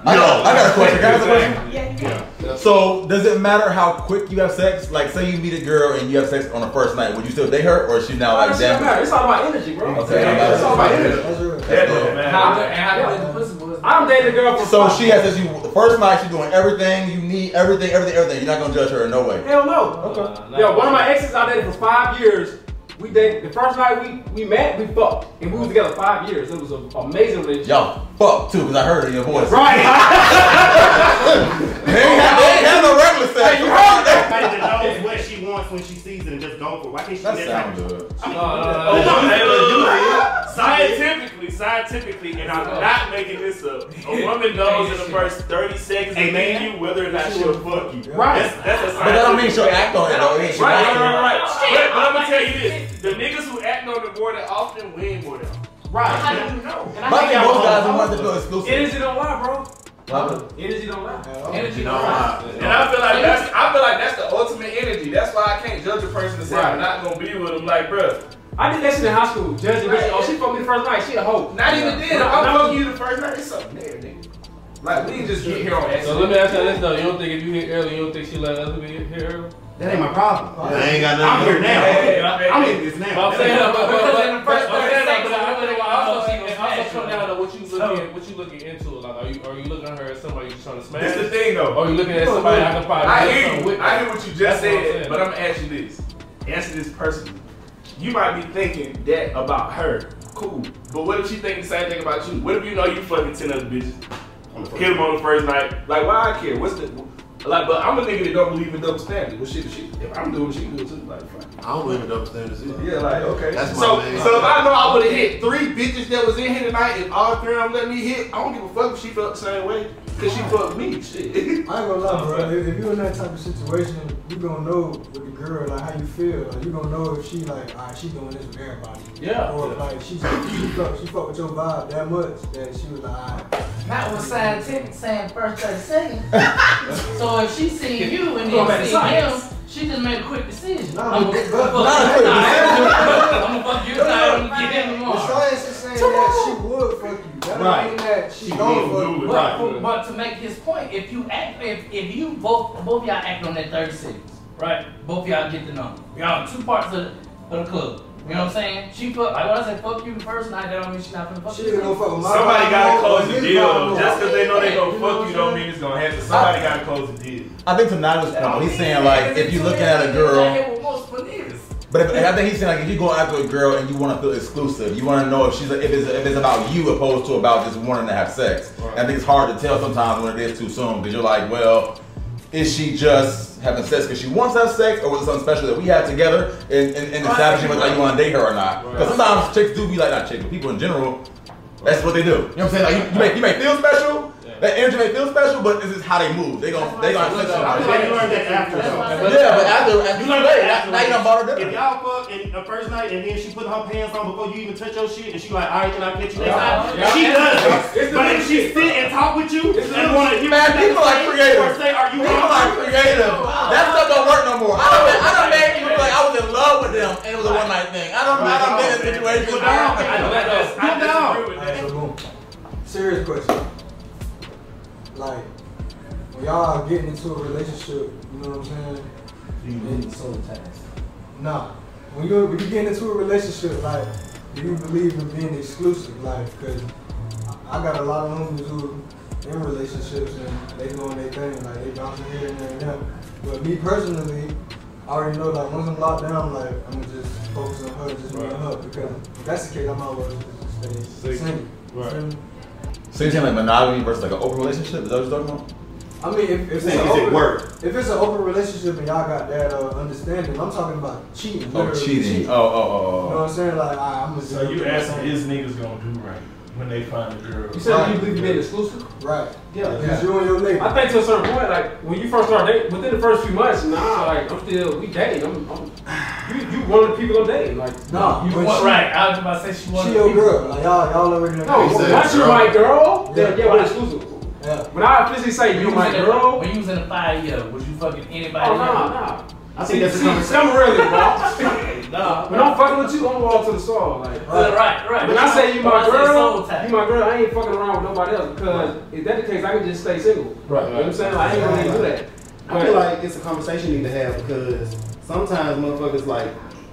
[SPEAKER 5] I got, I got a question. Can I ask a question?
[SPEAKER 6] Yeah, you yeah.
[SPEAKER 5] So, does it matter how quick you have sex? Like, say you meet a girl and you have sex on the first night, would you still date her, or is she now like
[SPEAKER 2] It's all
[SPEAKER 5] damn?
[SPEAKER 2] about- it's all about energy, bro.
[SPEAKER 5] Okay, I
[SPEAKER 2] It's all about energy.
[SPEAKER 9] That's real.
[SPEAKER 7] That don't
[SPEAKER 1] How
[SPEAKER 7] matter.
[SPEAKER 1] good- and how good the pussy was.
[SPEAKER 2] I'm dating a girl for
[SPEAKER 5] So she has this. You first night, she's doing everything you need, everything, everything, everything. You're not gonna judge her in no way.
[SPEAKER 2] Hell no.
[SPEAKER 8] Okay.
[SPEAKER 2] Yo, one of my exes I dated for five years. We dated the first night we, we met, we fucked, and we was together five years. It was an amazing relationship.
[SPEAKER 5] Y'all fuck too, cause I heard it in your voice.
[SPEAKER 2] Right.
[SPEAKER 5] They ain't have, they ain't have no regular sex.
[SPEAKER 2] Hey, you heard that?
[SPEAKER 4] somebody that knows what she wants when she sees it and just go for it. Why can't she do
[SPEAKER 5] That
[SPEAKER 4] that type
[SPEAKER 5] sounds
[SPEAKER 4] of
[SPEAKER 5] good.
[SPEAKER 4] I mean,
[SPEAKER 8] no,
[SPEAKER 4] there's nothing
[SPEAKER 7] no,
[SPEAKER 4] to do
[SPEAKER 7] no,
[SPEAKER 4] here.
[SPEAKER 11] Scientifically, scientifically, and I'm not making this up. A woman knows in the first 30 seconds
[SPEAKER 4] Hey,
[SPEAKER 11] of
[SPEAKER 4] man.
[SPEAKER 11] meeting you whether or not she'll fuck you.
[SPEAKER 2] Right.
[SPEAKER 11] That's, that's a
[SPEAKER 5] But that don't mean
[SPEAKER 11] scientific
[SPEAKER 5] she'll
[SPEAKER 11] fact.
[SPEAKER 5] act on it though. It ain't she
[SPEAKER 11] Right, right,
[SPEAKER 5] acting.
[SPEAKER 11] right, right. But, but I'm gonna tell you this: the niggas who act on it more than often win more than often.
[SPEAKER 2] Right.
[SPEAKER 11] How do you know?
[SPEAKER 5] But I think most guys want to feel exclusive.
[SPEAKER 2] Energy don't lie, bro. Energy don't lie.
[SPEAKER 1] Energy
[SPEAKER 3] No, I-
[SPEAKER 7] And I feel like that's I feel like that's the ultimate energy. That's why I can't judge a person to say
[SPEAKER 2] Right.
[SPEAKER 7] I'm not gonna be with him. Like, bro,
[SPEAKER 2] I did that shit in high school. Judging bitches. Oh, she fucked me the first night. She a hoe.
[SPEAKER 7] not even then. If I'm
[SPEAKER 2] Nah.
[SPEAKER 7] fucking you the first night. It's something there, nigga. Like, we didn't just get here on accident.
[SPEAKER 8] So let me ask you this though. You don't think if you hit early, you don't think she let other people hit early?
[SPEAKER 4] That ain't my problem.
[SPEAKER 3] I ain't got
[SPEAKER 4] I'm
[SPEAKER 3] nothing.
[SPEAKER 4] here now.
[SPEAKER 7] Hey, hey,
[SPEAKER 4] I'm in this now.
[SPEAKER 8] I'm saying that, but, but,
[SPEAKER 1] Because
[SPEAKER 8] but,
[SPEAKER 1] in the first
[SPEAKER 8] I'm saying
[SPEAKER 1] 30
[SPEAKER 8] that, but I
[SPEAKER 1] seconds,
[SPEAKER 8] really
[SPEAKER 1] I
[SPEAKER 8] want
[SPEAKER 1] thought
[SPEAKER 8] to
[SPEAKER 1] she was
[SPEAKER 8] also, also come
[SPEAKER 1] smashing
[SPEAKER 8] down to what you looking,
[SPEAKER 1] So-
[SPEAKER 8] what you looking into. Like, are you are you looking at her as somebody you trying to smash?
[SPEAKER 7] This the thing though.
[SPEAKER 8] Or are you looking at Oh, somebody I can probably
[SPEAKER 7] I
[SPEAKER 8] do
[SPEAKER 7] hear
[SPEAKER 8] something
[SPEAKER 7] you.
[SPEAKER 8] with?
[SPEAKER 7] I hear what you
[SPEAKER 8] That's
[SPEAKER 7] just
[SPEAKER 8] what I'm
[SPEAKER 7] said,
[SPEAKER 8] saying.
[SPEAKER 7] but I'm asking you this. Answer this personally. You might be thinking that about her. Cool. But what if she think the same thing about you? What if you know you fucking 10 other bitches? Hit them on the first night. Like, why I care? What's the. Like, but I'm a nigga that don't believe in double standards. Well, shit, shit. If I'm doing it, she can do it too. Like, fuck.
[SPEAKER 3] I don't believe in double standards. either.
[SPEAKER 7] Yeah, like, okay.
[SPEAKER 3] That's my
[SPEAKER 7] so,
[SPEAKER 3] man.
[SPEAKER 7] so if I know I would have hit three bitches that was in here tonight, if all three of them let me hit, I don't give a fuck if she felt the same way. Because she fucked me. Shit.
[SPEAKER 9] I ain't gonna lie, bro. If, if you're in that type of situation, you gonna know with the girl like how you feel. Like, you gonna know if she like, all right, she doing this with everybody.
[SPEAKER 8] Yeah.
[SPEAKER 9] Or if, like she she fuck, she fuck with your vibe that much that she was like, all right.
[SPEAKER 12] Not with scientific saying first 30 seconds. so if she seen you and
[SPEAKER 2] Go
[SPEAKER 12] then
[SPEAKER 2] back to
[SPEAKER 12] seen
[SPEAKER 2] science.
[SPEAKER 12] him, she just made a quick decision.
[SPEAKER 9] Nah,
[SPEAKER 12] I'm
[SPEAKER 9] but-
[SPEAKER 12] gonna
[SPEAKER 9] but-
[SPEAKER 12] fuck
[SPEAKER 9] not
[SPEAKER 5] a quick decision.
[SPEAKER 12] I'm gonna fuck you tonight. I'm gonna get him
[SPEAKER 9] The
[SPEAKER 12] tomorrow.
[SPEAKER 9] science is saying that she would fuck you. That don't mean that she, don't fuck you.
[SPEAKER 12] But, but- but to make his point, if you act, if, if you both both y'all act on that 30 seconds, right? Both y'all get the number. Y'all two parts of the, of the club. You know what I'm saying? She fuck like when I say fuck you the first night, that don't mean she's not gonna fuck
[SPEAKER 9] She
[SPEAKER 12] you. the
[SPEAKER 9] didn't go
[SPEAKER 12] second.
[SPEAKER 9] fuck with my
[SPEAKER 7] Somebody
[SPEAKER 9] vibe
[SPEAKER 7] gotta
[SPEAKER 9] more,
[SPEAKER 7] close
[SPEAKER 9] but
[SPEAKER 7] the
[SPEAKER 9] his
[SPEAKER 7] deal
[SPEAKER 9] vibe
[SPEAKER 7] though.
[SPEAKER 9] more.
[SPEAKER 7] Just because they know they gonna
[SPEAKER 9] You know what
[SPEAKER 7] fuck
[SPEAKER 9] I'm
[SPEAKER 7] you don't
[SPEAKER 9] saying?
[SPEAKER 7] mean it's gonna happen. Somebody gotta close the deal.
[SPEAKER 5] I think tonight was point. He's saying like if you looking at a girl, but if, I think he's saying like if you go after a girl and you want to feel exclusive, you want to know if she's if it's if it's about you opposed to about just wanting to have sex. And I think it's hard to tell sometimes when it is too soon because you're like, well, is she just having sex because she wants to have sex, or was it something special that we had together and and, and establishing whether you want to date her or not? Because sometimes chicks do be like not chicks, but people in general. That's what they do. You know what I'm saying? Like you, you may you may feel special, that energy may feel special, but this is how they move. They gon' they gonna
[SPEAKER 4] I feel like you learned that after. though.
[SPEAKER 5] yeah, but after, after
[SPEAKER 4] You
[SPEAKER 5] you
[SPEAKER 4] learned
[SPEAKER 5] late,
[SPEAKER 4] that
[SPEAKER 5] now, now you done bought her
[SPEAKER 4] If
[SPEAKER 5] dinner.
[SPEAKER 4] y'all fuck in the first night and then she put her pants on before you even touch your shit and she like, all right, can I catch you next time? She does. it. But if she sit and talk with you and want to hear
[SPEAKER 5] Man,
[SPEAKER 4] what you
[SPEAKER 5] people
[SPEAKER 4] gotta say
[SPEAKER 5] are creative.
[SPEAKER 4] or say, are you
[SPEAKER 5] People
[SPEAKER 4] wrong?
[SPEAKER 5] are creative. That stuff don't work no more. I done, been- I done made people like I was in love with them and it was a one night thing. I don't I done been in
[SPEAKER 4] I
[SPEAKER 5] situations.
[SPEAKER 4] don't-
[SPEAKER 5] where-
[SPEAKER 4] I don't-
[SPEAKER 8] Let us-
[SPEAKER 4] No, no.
[SPEAKER 9] All right, so boom. serious question. Like, when y'all getting into a relationship, you know what I'm saying?
[SPEAKER 1] You need soul ties.
[SPEAKER 9] Nah. When you when you get into a relationship, like, do you believe in being exclusive? Like, cause I got a lot of homies who in relationships and they doing their thing, like they bouncing here and there and there. But me personally, I already know like once I'm locked down, like I'm gonna just focus on her, just right. her because if that's the case, I'm always gonna stay single.
[SPEAKER 5] Right.
[SPEAKER 9] Single.
[SPEAKER 5] So you're saying like monogamy versus like an open relationship? Is that what you're talking about?
[SPEAKER 9] I mean, if, if it's
[SPEAKER 5] Niggas at
[SPEAKER 9] an open,
[SPEAKER 5] work.
[SPEAKER 9] if it's an open relationship and y'all got that uh, understanding, I'm talking about cheating.
[SPEAKER 5] Oh,
[SPEAKER 9] literally
[SPEAKER 5] cheating. Oh, oh, oh,
[SPEAKER 9] You
[SPEAKER 5] oh.
[SPEAKER 9] know what I'm saying? Like, I, I'm gonna
[SPEAKER 7] So you asking is niggas gonna do right when they find a girl?
[SPEAKER 13] You said you believe in being exclusive?
[SPEAKER 9] Right.
[SPEAKER 13] Yeah.
[SPEAKER 9] Because you and your nigga.
[SPEAKER 13] I think to a certain point, like when you first start dating, within the first few months, nah, like I'm still we dating. I'm, I'm you you one of the people I'm dating. Like
[SPEAKER 9] No,
[SPEAKER 13] you
[SPEAKER 9] but
[SPEAKER 13] want-
[SPEAKER 9] she-
[SPEAKER 13] I was about to say
[SPEAKER 9] She your girl. Like, y'all, y'all already know.
[SPEAKER 13] No, once you my girl,
[SPEAKER 9] Yeah.
[SPEAKER 13] then yeah, we're exclusive.
[SPEAKER 9] Yeah.
[SPEAKER 13] When I officially say you
[SPEAKER 1] was
[SPEAKER 13] my
[SPEAKER 1] in a-
[SPEAKER 13] girl,
[SPEAKER 1] When you was in a five year, was you fucking anybody?
[SPEAKER 13] oh nah,
[SPEAKER 1] else?
[SPEAKER 13] nah.
[SPEAKER 1] I think
[SPEAKER 13] See-
[SPEAKER 1] that's a
[SPEAKER 13] see,
[SPEAKER 1] conversation.
[SPEAKER 13] Some really, bro.
[SPEAKER 1] Nah.
[SPEAKER 13] When I'm fucking with you, I'm wall to the saw. Like,
[SPEAKER 1] Right, right, right.
[SPEAKER 13] When I say you
[SPEAKER 1] When I
[SPEAKER 13] my
[SPEAKER 1] say
[SPEAKER 13] girl,
[SPEAKER 1] soul tie.
[SPEAKER 13] you my girl, I ain't fucking around with nobody else because if that's the case, I can just stay single.
[SPEAKER 4] Right.
[SPEAKER 13] You know what I'm saying? Like, I ain't gonna do that.
[SPEAKER 4] I feel like it's a conversation you need to have because sometimes motherfuckers like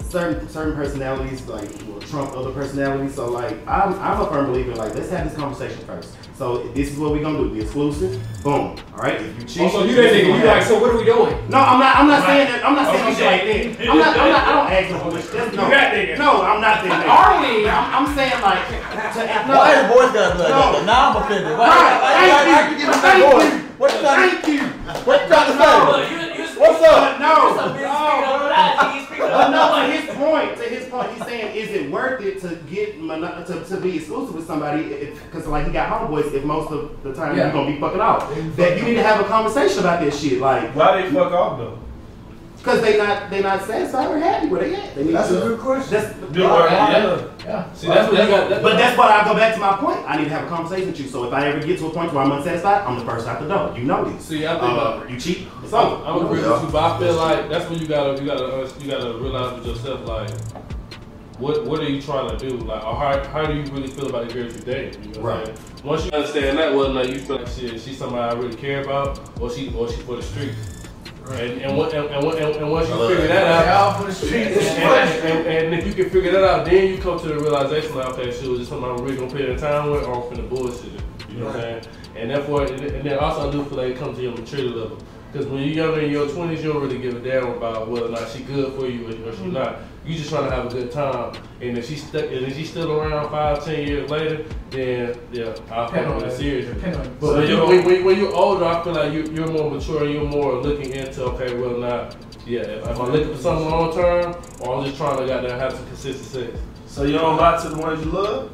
[SPEAKER 4] certain certain personalities like will trump other personalities. So like I'm I'm a firm believer like let's have this conversation first. So this is what we're gonna do. Be exclusive. Boom. All right. If you cheat,
[SPEAKER 13] Also, Oh, you that
[SPEAKER 4] this is
[SPEAKER 13] nigga,
[SPEAKER 4] gonna
[SPEAKER 13] you like,
[SPEAKER 4] happen.
[SPEAKER 13] so what are we doing?
[SPEAKER 4] No, I'm not. I'm not
[SPEAKER 13] Right.
[SPEAKER 4] saying that. I'm not saying no shit
[SPEAKER 13] Okay.
[SPEAKER 4] like that. I'm not. I'm not. I don't ask no bullshit. That's no.
[SPEAKER 13] You that nigga.
[SPEAKER 4] No, I'm not that. nigga.
[SPEAKER 13] Are we?
[SPEAKER 4] I'm, I'm saying like. To, no.
[SPEAKER 14] Why is boys gotta be like that? But Now I'm offended. Why?
[SPEAKER 4] Right.
[SPEAKER 14] why-
[SPEAKER 4] Thank
[SPEAKER 14] why-
[SPEAKER 4] you.
[SPEAKER 14] why you giving me
[SPEAKER 4] Thank
[SPEAKER 14] boys?
[SPEAKER 4] you.
[SPEAKER 14] What you trying
[SPEAKER 4] Thank you.
[SPEAKER 14] What you trying to say? What's up?
[SPEAKER 4] No.
[SPEAKER 14] up.
[SPEAKER 4] No, no, to his point, to his point, he's saying, is it worth it to get mono- to, to be exclusive with somebody? Because like he got homeboys, if most of the time
[SPEAKER 7] Yeah.
[SPEAKER 4] you're gonna be fucking off, that you need to have a conversation about this shit, like
[SPEAKER 7] why they fuck off though?
[SPEAKER 4] because they not they not satisfied or happy where they at. They need
[SPEAKER 9] That's
[SPEAKER 4] to-
[SPEAKER 9] a good question.
[SPEAKER 4] That's,
[SPEAKER 7] Good word, yeah. Yeah. See, that's- that's what- that's-
[SPEAKER 4] but that's what I go back to my point. I need to have a conversation with you. So if I ever get to a point where I'm unsatisfied, I'm the first out the door. You know this.
[SPEAKER 8] See, I think
[SPEAKER 4] uh, you cheat. It's
[SPEAKER 8] I,
[SPEAKER 4] over.
[SPEAKER 8] I would agree with you, but I feel like that's when you gotta you gotta uh, you gotta realize with yourself like what what are you trying to do like or how, how do you really feel about the girls you date? You know what I'm
[SPEAKER 4] Right.
[SPEAKER 8] saying? Once you understand that, well, like you feel like shit, she's somebody I really care about, or she or she for the streets. And and, what, and, and, what- and, and once
[SPEAKER 7] I
[SPEAKER 8] you
[SPEAKER 7] love
[SPEAKER 8] figure
[SPEAKER 7] that.
[SPEAKER 8] that out,
[SPEAKER 7] Y'all for the streets.
[SPEAKER 8] and, and, and, and if you can figure that out, then you come to the realization like, okay, she was just something I'm really gonna put in time with, or I'm finna bullshit it. You know what I'm saying? And therefore, and then- and then also I do feel like it comes to your maturity level. Because when you're younger in your 20s, you don't really give a damn about whether or not she good for you or, or she not. You just trying to have a good time. And if she's stuck, and if she's still around five, ten years later, then yeah, I'll
[SPEAKER 1] Depend
[SPEAKER 8] fuck
[SPEAKER 1] on
[SPEAKER 8] with it
[SPEAKER 1] it.
[SPEAKER 8] seriously.
[SPEAKER 1] Depend on it.
[SPEAKER 8] But when, you, when, when, when you're older, I feel like you, you're more mature and you're more looking into okay, well, not yeah. If, if I'm looking for something long term, or I'm just trying to goddamn have some consistent sex.
[SPEAKER 7] So you don't lie to the ones you love?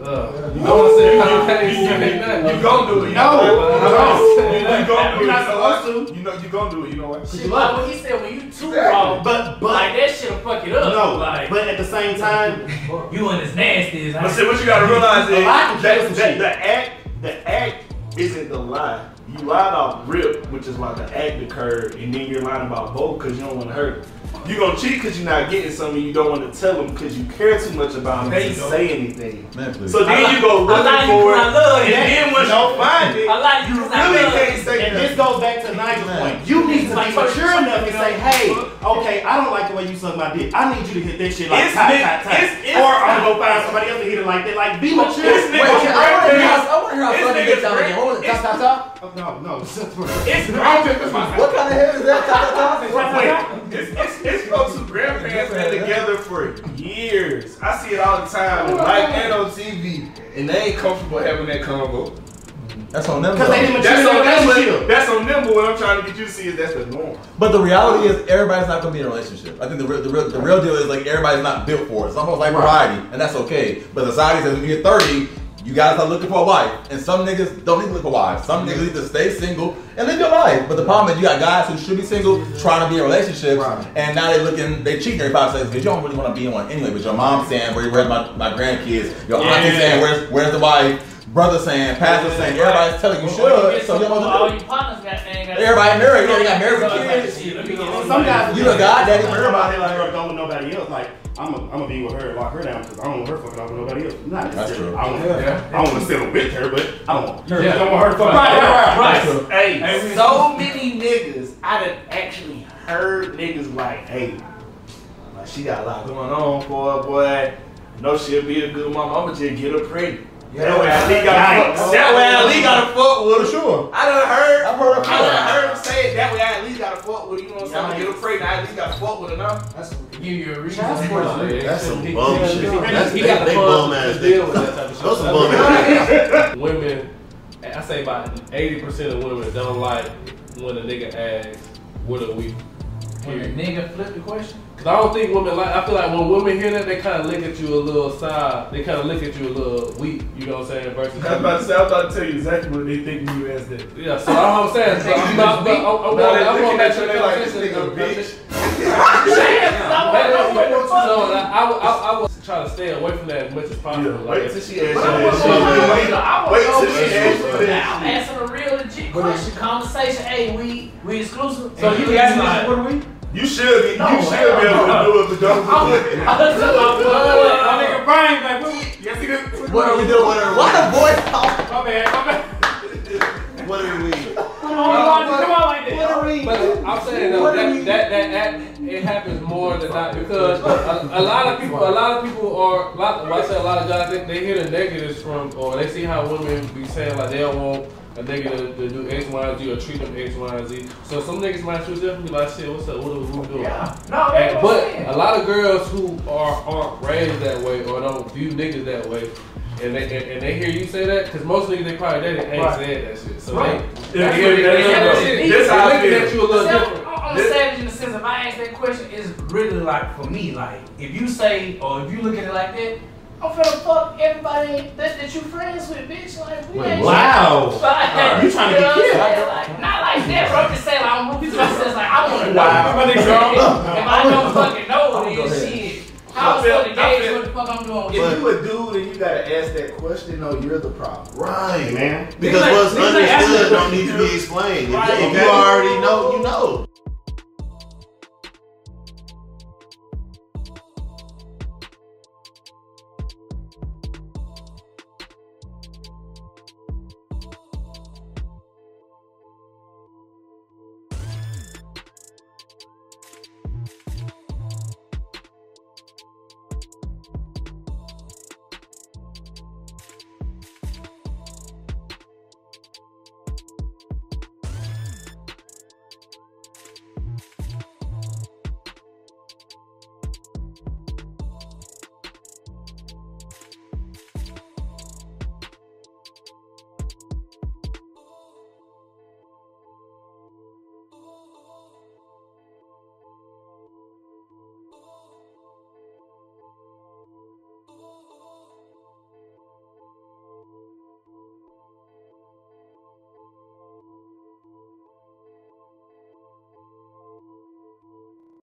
[SPEAKER 8] Uh, you don't say you can't say nothing.
[SPEAKER 7] You gonna do it. You
[SPEAKER 8] No, no.
[SPEAKER 7] gonna do it.
[SPEAKER 8] You're not
[SPEAKER 7] supposed to. You know you gonna do it. You know what?
[SPEAKER 1] Shit, like when he said when you too raw,
[SPEAKER 4] but, but
[SPEAKER 1] like that shit'll fuck it up.
[SPEAKER 4] No,
[SPEAKER 1] like
[SPEAKER 4] but at the same time,
[SPEAKER 1] you and his nasty as
[SPEAKER 7] But see, what you gotta realize is
[SPEAKER 4] A lie can kill
[SPEAKER 7] that,
[SPEAKER 4] some
[SPEAKER 7] that
[SPEAKER 4] shit.
[SPEAKER 7] the act, the act isn't the lie. You lied off rip, which is like the act occurred, and then you're lying about both because you don't want to hurt. Them. You gonna cheat because you're not getting something you don't want to tell them because you care too much about them
[SPEAKER 1] There
[SPEAKER 7] to
[SPEAKER 1] you go.
[SPEAKER 7] say anything.
[SPEAKER 5] Man, please.
[SPEAKER 7] So then you go
[SPEAKER 1] I lied to you
[SPEAKER 7] looking for
[SPEAKER 1] 'cause
[SPEAKER 7] it,
[SPEAKER 1] I love
[SPEAKER 7] and
[SPEAKER 1] you.
[SPEAKER 7] then once you
[SPEAKER 1] No.
[SPEAKER 7] find it,
[SPEAKER 1] I lied to you
[SPEAKER 7] you
[SPEAKER 1] 'cause
[SPEAKER 7] really
[SPEAKER 1] I love you.
[SPEAKER 7] can't say
[SPEAKER 4] And
[SPEAKER 7] nothing.
[SPEAKER 4] this goes back to Nigel's point. You need to be mature enough to say, hey, okay, I don't like the way you suck my dick. I need you to hit that shit like
[SPEAKER 7] It's
[SPEAKER 4] tight,
[SPEAKER 7] big-
[SPEAKER 4] tight, tight.
[SPEAKER 7] it's- it's-
[SPEAKER 4] or I'm gonna go find somebody else to hit it like that. Like, be mature.
[SPEAKER 7] This nigga
[SPEAKER 4] Wait,
[SPEAKER 7] great,
[SPEAKER 4] I wanna hear
[SPEAKER 7] man.
[SPEAKER 4] us- I wanna hear us
[SPEAKER 7] This
[SPEAKER 4] suck a
[SPEAKER 7] nigga
[SPEAKER 4] dick time
[SPEAKER 7] great.
[SPEAKER 4] again. What was it? Top, top, top? No, no. I'm just-
[SPEAKER 14] What kind of hair is that? Top, top, top?
[SPEAKER 7] Wait, it's, it's, it's folks whose grandparents been together for years. I see it all the time, in life and on TV, and they ain't comfortable having that convo.
[SPEAKER 5] That's on them.
[SPEAKER 4] 'Cause
[SPEAKER 5] though.
[SPEAKER 4] they didn't mature
[SPEAKER 7] That's
[SPEAKER 4] in their
[SPEAKER 7] on them.
[SPEAKER 4] relationship.
[SPEAKER 7] But, that's on them. But what I'm trying to get you to see is that's the norm.
[SPEAKER 5] But the reality is, everybody's not gonna be in a relationship. I think the real, the real, the real deal is like everybody's not built for it. Some of us like variety, and that's okay. But society says when you get thirty, you guys are looking for a wife, and some niggas don't need to look for a wife. Some niggas need to stay single and live your life. But the problem is, you got guys who should be single trying to be in relationships, and now they looking they cheating every five seconds because you don't really want to be in one anyway. But your mom's saying, "Where where's my, my grandkids?" Your auntie
[SPEAKER 7] Yeah.
[SPEAKER 5] saying, "Where's where's the wife?" Brother saying, pastor saying, everybody's telling you
[SPEAKER 1] But when
[SPEAKER 5] should,
[SPEAKER 1] get
[SPEAKER 5] so you don't
[SPEAKER 1] some-
[SPEAKER 5] want to do
[SPEAKER 1] all
[SPEAKER 5] it.
[SPEAKER 1] your partners got they ain't got
[SPEAKER 5] Everybody married, yeah, they got married with
[SPEAKER 1] So it's like,
[SPEAKER 5] kids.
[SPEAKER 1] shit, let me get
[SPEAKER 4] Some guys,
[SPEAKER 5] You the goddaddy
[SPEAKER 4] Somebody like, or go with nobody else. Like, I'm gonna I'm be with her and lock her down because I don't want her fucking off with nobody else. Not
[SPEAKER 5] That's
[SPEAKER 4] necessarily.
[SPEAKER 5] true.
[SPEAKER 4] I want,
[SPEAKER 5] Yeah.
[SPEAKER 4] I want to settle with her, but I don't want her.
[SPEAKER 15] Yeah.
[SPEAKER 4] I don't want her to fuck
[SPEAKER 15] Right, right,
[SPEAKER 7] Right.
[SPEAKER 4] That's true.
[SPEAKER 7] Hey,
[SPEAKER 4] Hey, we-
[SPEAKER 7] so many niggas, I done actually heard niggas like, hey, like, she got a lot going on for her, boy. No, she'll be a good mom. I'ma just get her pregnant. That way I least got
[SPEAKER 15] Yikes.
[SPEAKER 7] fuck. That way I least got a fuck with her.
[SPEAKER 15] For sure.
[SPEAKER 7] I done heard.
[SPEAKER 15] I've heard her
[SPEAKER 7] I done
[SPEAKER 15] fuck.
[SPEAKER 7] heard him say it. That way I at least got a fuck with her. You know what I'm saying? I'ma get her pregnant. I at least got a fuck with her now.
[SPEAKER 9] That's
[SPEAKER 1] give you a reason.
[SPEAKER 7] Child support is real.
[SPEAKER 3] That's some
[SPEAKER 7] He-
[SPEAKER 3] bum
[SPEAKER 7] he-
[SPEAKER 3] shit.
[SPEAKER 7] he-
[SPEAKER 3] That's
[SPEAKER 7] he
[SPEAKER 3] they,
[SPEAKER 7] got the
[SPEAKER 3] they bum ass niggas. Those some bum ass
[SPEAKER 8] women, I say about eighty percent of women don't like when a nigga asks, "What are we?"
[SPEAKER 1] When a nigga flip the question,
[SPEAKER 8] Cause I don't think women like. I feel like when women hear that, they kind of look at you a little side. They kind of look at you a little weak. You know what I'm saying? Versus.
[SPEAKER 15] I was about to say, I was about to tell you exactly what they think when you asked that.
[SPEAKER 8] Yeah, so that's what I'm saying. So I'm not, but I'm, I'm,
[SPEAKER 15] Now they
[SPEAKER 8] going- I'm going
[SPEAKER 15] looking
[SPEAKER 8] back
[SPEAKER 15] at
[SPEAKER 8] to
[SPEAKER 15] you,
[SPEAKER 8] the
[SPEAKER 15] they like,
[SPEAKER 8] conversation.
[SPEAKER 15] this nigga
[SPEAKER 8] That-
[SPEAKER 1] I
[SPEAKER 8] that's
[SPEAKER 1] don't know
[SPEAKER 8] what-
[SPEAKER 1] what the fuck.
[SPEAKER 8] so, like, I, would- I, I was trying to stay away from that as much as possible. like,
[SPEAKER 7] Wait till she asks you
[SPEAKER 1] But I
[SPEAKER 7] that
[SPEAKER 1] want to know real
[SPEAKER 7] shit.
[SPEAKER 1] nigga. I
[SPEAKER 7] Wait
[SPEAKER 1] want
[SPEAKER 7] till
[SPEAKER 1] to know
[SPEAKER 7] she
[SPEAKER 1] real
[SPEAKER 7] asks you
[SPEAKER 1] nigga. Now, I'm
[SPEAKER 7] that shit.
[SPEAKER 1] asking a real legit question, conversation. Hey, we we exclusive.
[SPEAKER 8] So
[SPEAKER 1] And
[SPEAKER 8] you asking
[SPEAKER 1] like-
[SPEAKER 8] us, what are we?
[SPEAKER 7] You should be. You
[SPEAKER 1] No,
[SPEAKER 7] should be able to do it. But don't.
[SPEAKER 1] I was, I was about
[SPEAKER 9] My
[SPEAKER 1] to
[SPEAKER 9] nigga Brian, like, what- yes, he did.
[SPEAKER 3] What are we doing? What are
[SPEAKER 16] Why the boys talk?
[SPEAKER 9] My bad, my bad.
[SPEAKER 3] niggas. What are we?
[SPEAKER 9] Come on, come on, like that.
[SPEAKER 8] But I'm saying though, that, that, that, that, it happens more than not because a, a lot of people, a lot of people are, a lot, when I say a lot of guys, they, they hear the negatives from, or they see how women be saying like they don't want a nigga to, to do X, Y, and Z or treat them X, Y, and Z. So some niggas might choose them and be like, shit, what's up? What are we doing?
[SPEAKER 1] Yeah. No, that's what I'm
[SPEAKER 8] And, but
[SPEAKER 1] saying.
[SPEAKER 8] a lot of girls who are aren't raised that way or don't view niggas that way, and they and, and they hear you say that because most niggas they probably dated ain't
[SPEAKER 15] Right.
[SPEAKER 8] said that shit. So
[SPEAKER 15] Right.
[SPEAKER 8] they,
[SPEAKER 15] Yeah,
[SPEAKER 8] that's
[SPEAKER 15] yeah,
[SPEAKER 8] what they,
[SPEAKER 15] yeah,
[SPEAKER 8] they,
[SPEAKER 1] yeah,
[SPEAKER 8] they,
[SPEAKER 1] yeah.
[SPEAKER 8] they,
[SPEAKER 7] This how I
[SPEAKER 8] looking
[SPEAKER 7] feel.
[SPEAKER 8] at you a little
[SPEAKER 1] Except
[SPEAKER 8] different.
[SPEAKER 1] I'm I'm
[SPEAKER 7] This-
[SPEAKER 1] savage in the sense if I ask that question, it's really like for me, like if you say or if you look at it like that, I'm finna fuck everybody that, that you friends with, bitch. Like we ain't
[SPEAKER 4] Wow.
[SPEAKER 1] Like,
[SPEAKER 4] You trying to get
[SPEAKER 1] know
[SPEAKER 4] killed.
[SPEAKER 1] what I'm saying? Like, not like that, bro. I'm just saying, like, I'm rooting for myself. Like, I want to
[SPEAKER 15] Wow.
[SPEAKER 1] know.
[SPEAKER 15] My nigga,
[SPEAKER 1] if I don't fucking know, then shit. How
[SPEAKER 15] I
[SPEAKER 1] the
[SPEAKER 15] feel-
[SPEAKER 1] fuck the
[SPEAKER 15] I
[SPEAKER 1] gauge
[SPEAKER 15] feel-
[SPEAKER 1] what the fuck I'm doing with
[SPEAKER 15] If
[SPEAKER 1] you?
[SPEAKER 15] you a dude and you gotta ask that question, though, you're the problem.
[SPEAKER 3] Right.
[SPEAKER 4] Man.
[SPEAKER 3] Because
[SPEAKER 15] Niggas
[SPEAKER 3] what's
[SPEAKER 15] like- niggas like asking us
[SPEAKER 3] understood don't
[SPEAKER 15] what
[SPEAKER 3] need
[SPEAKER 15] to
[SPEAKER 3] to
[SPEAKER 15] do.
[SPEAKER 3] be explained. If,
[SPEAKER 15] Right,
[SPEAKER 3] if you
[SPEAKER 15] okay.
[SPEAKER 3] already know, you know.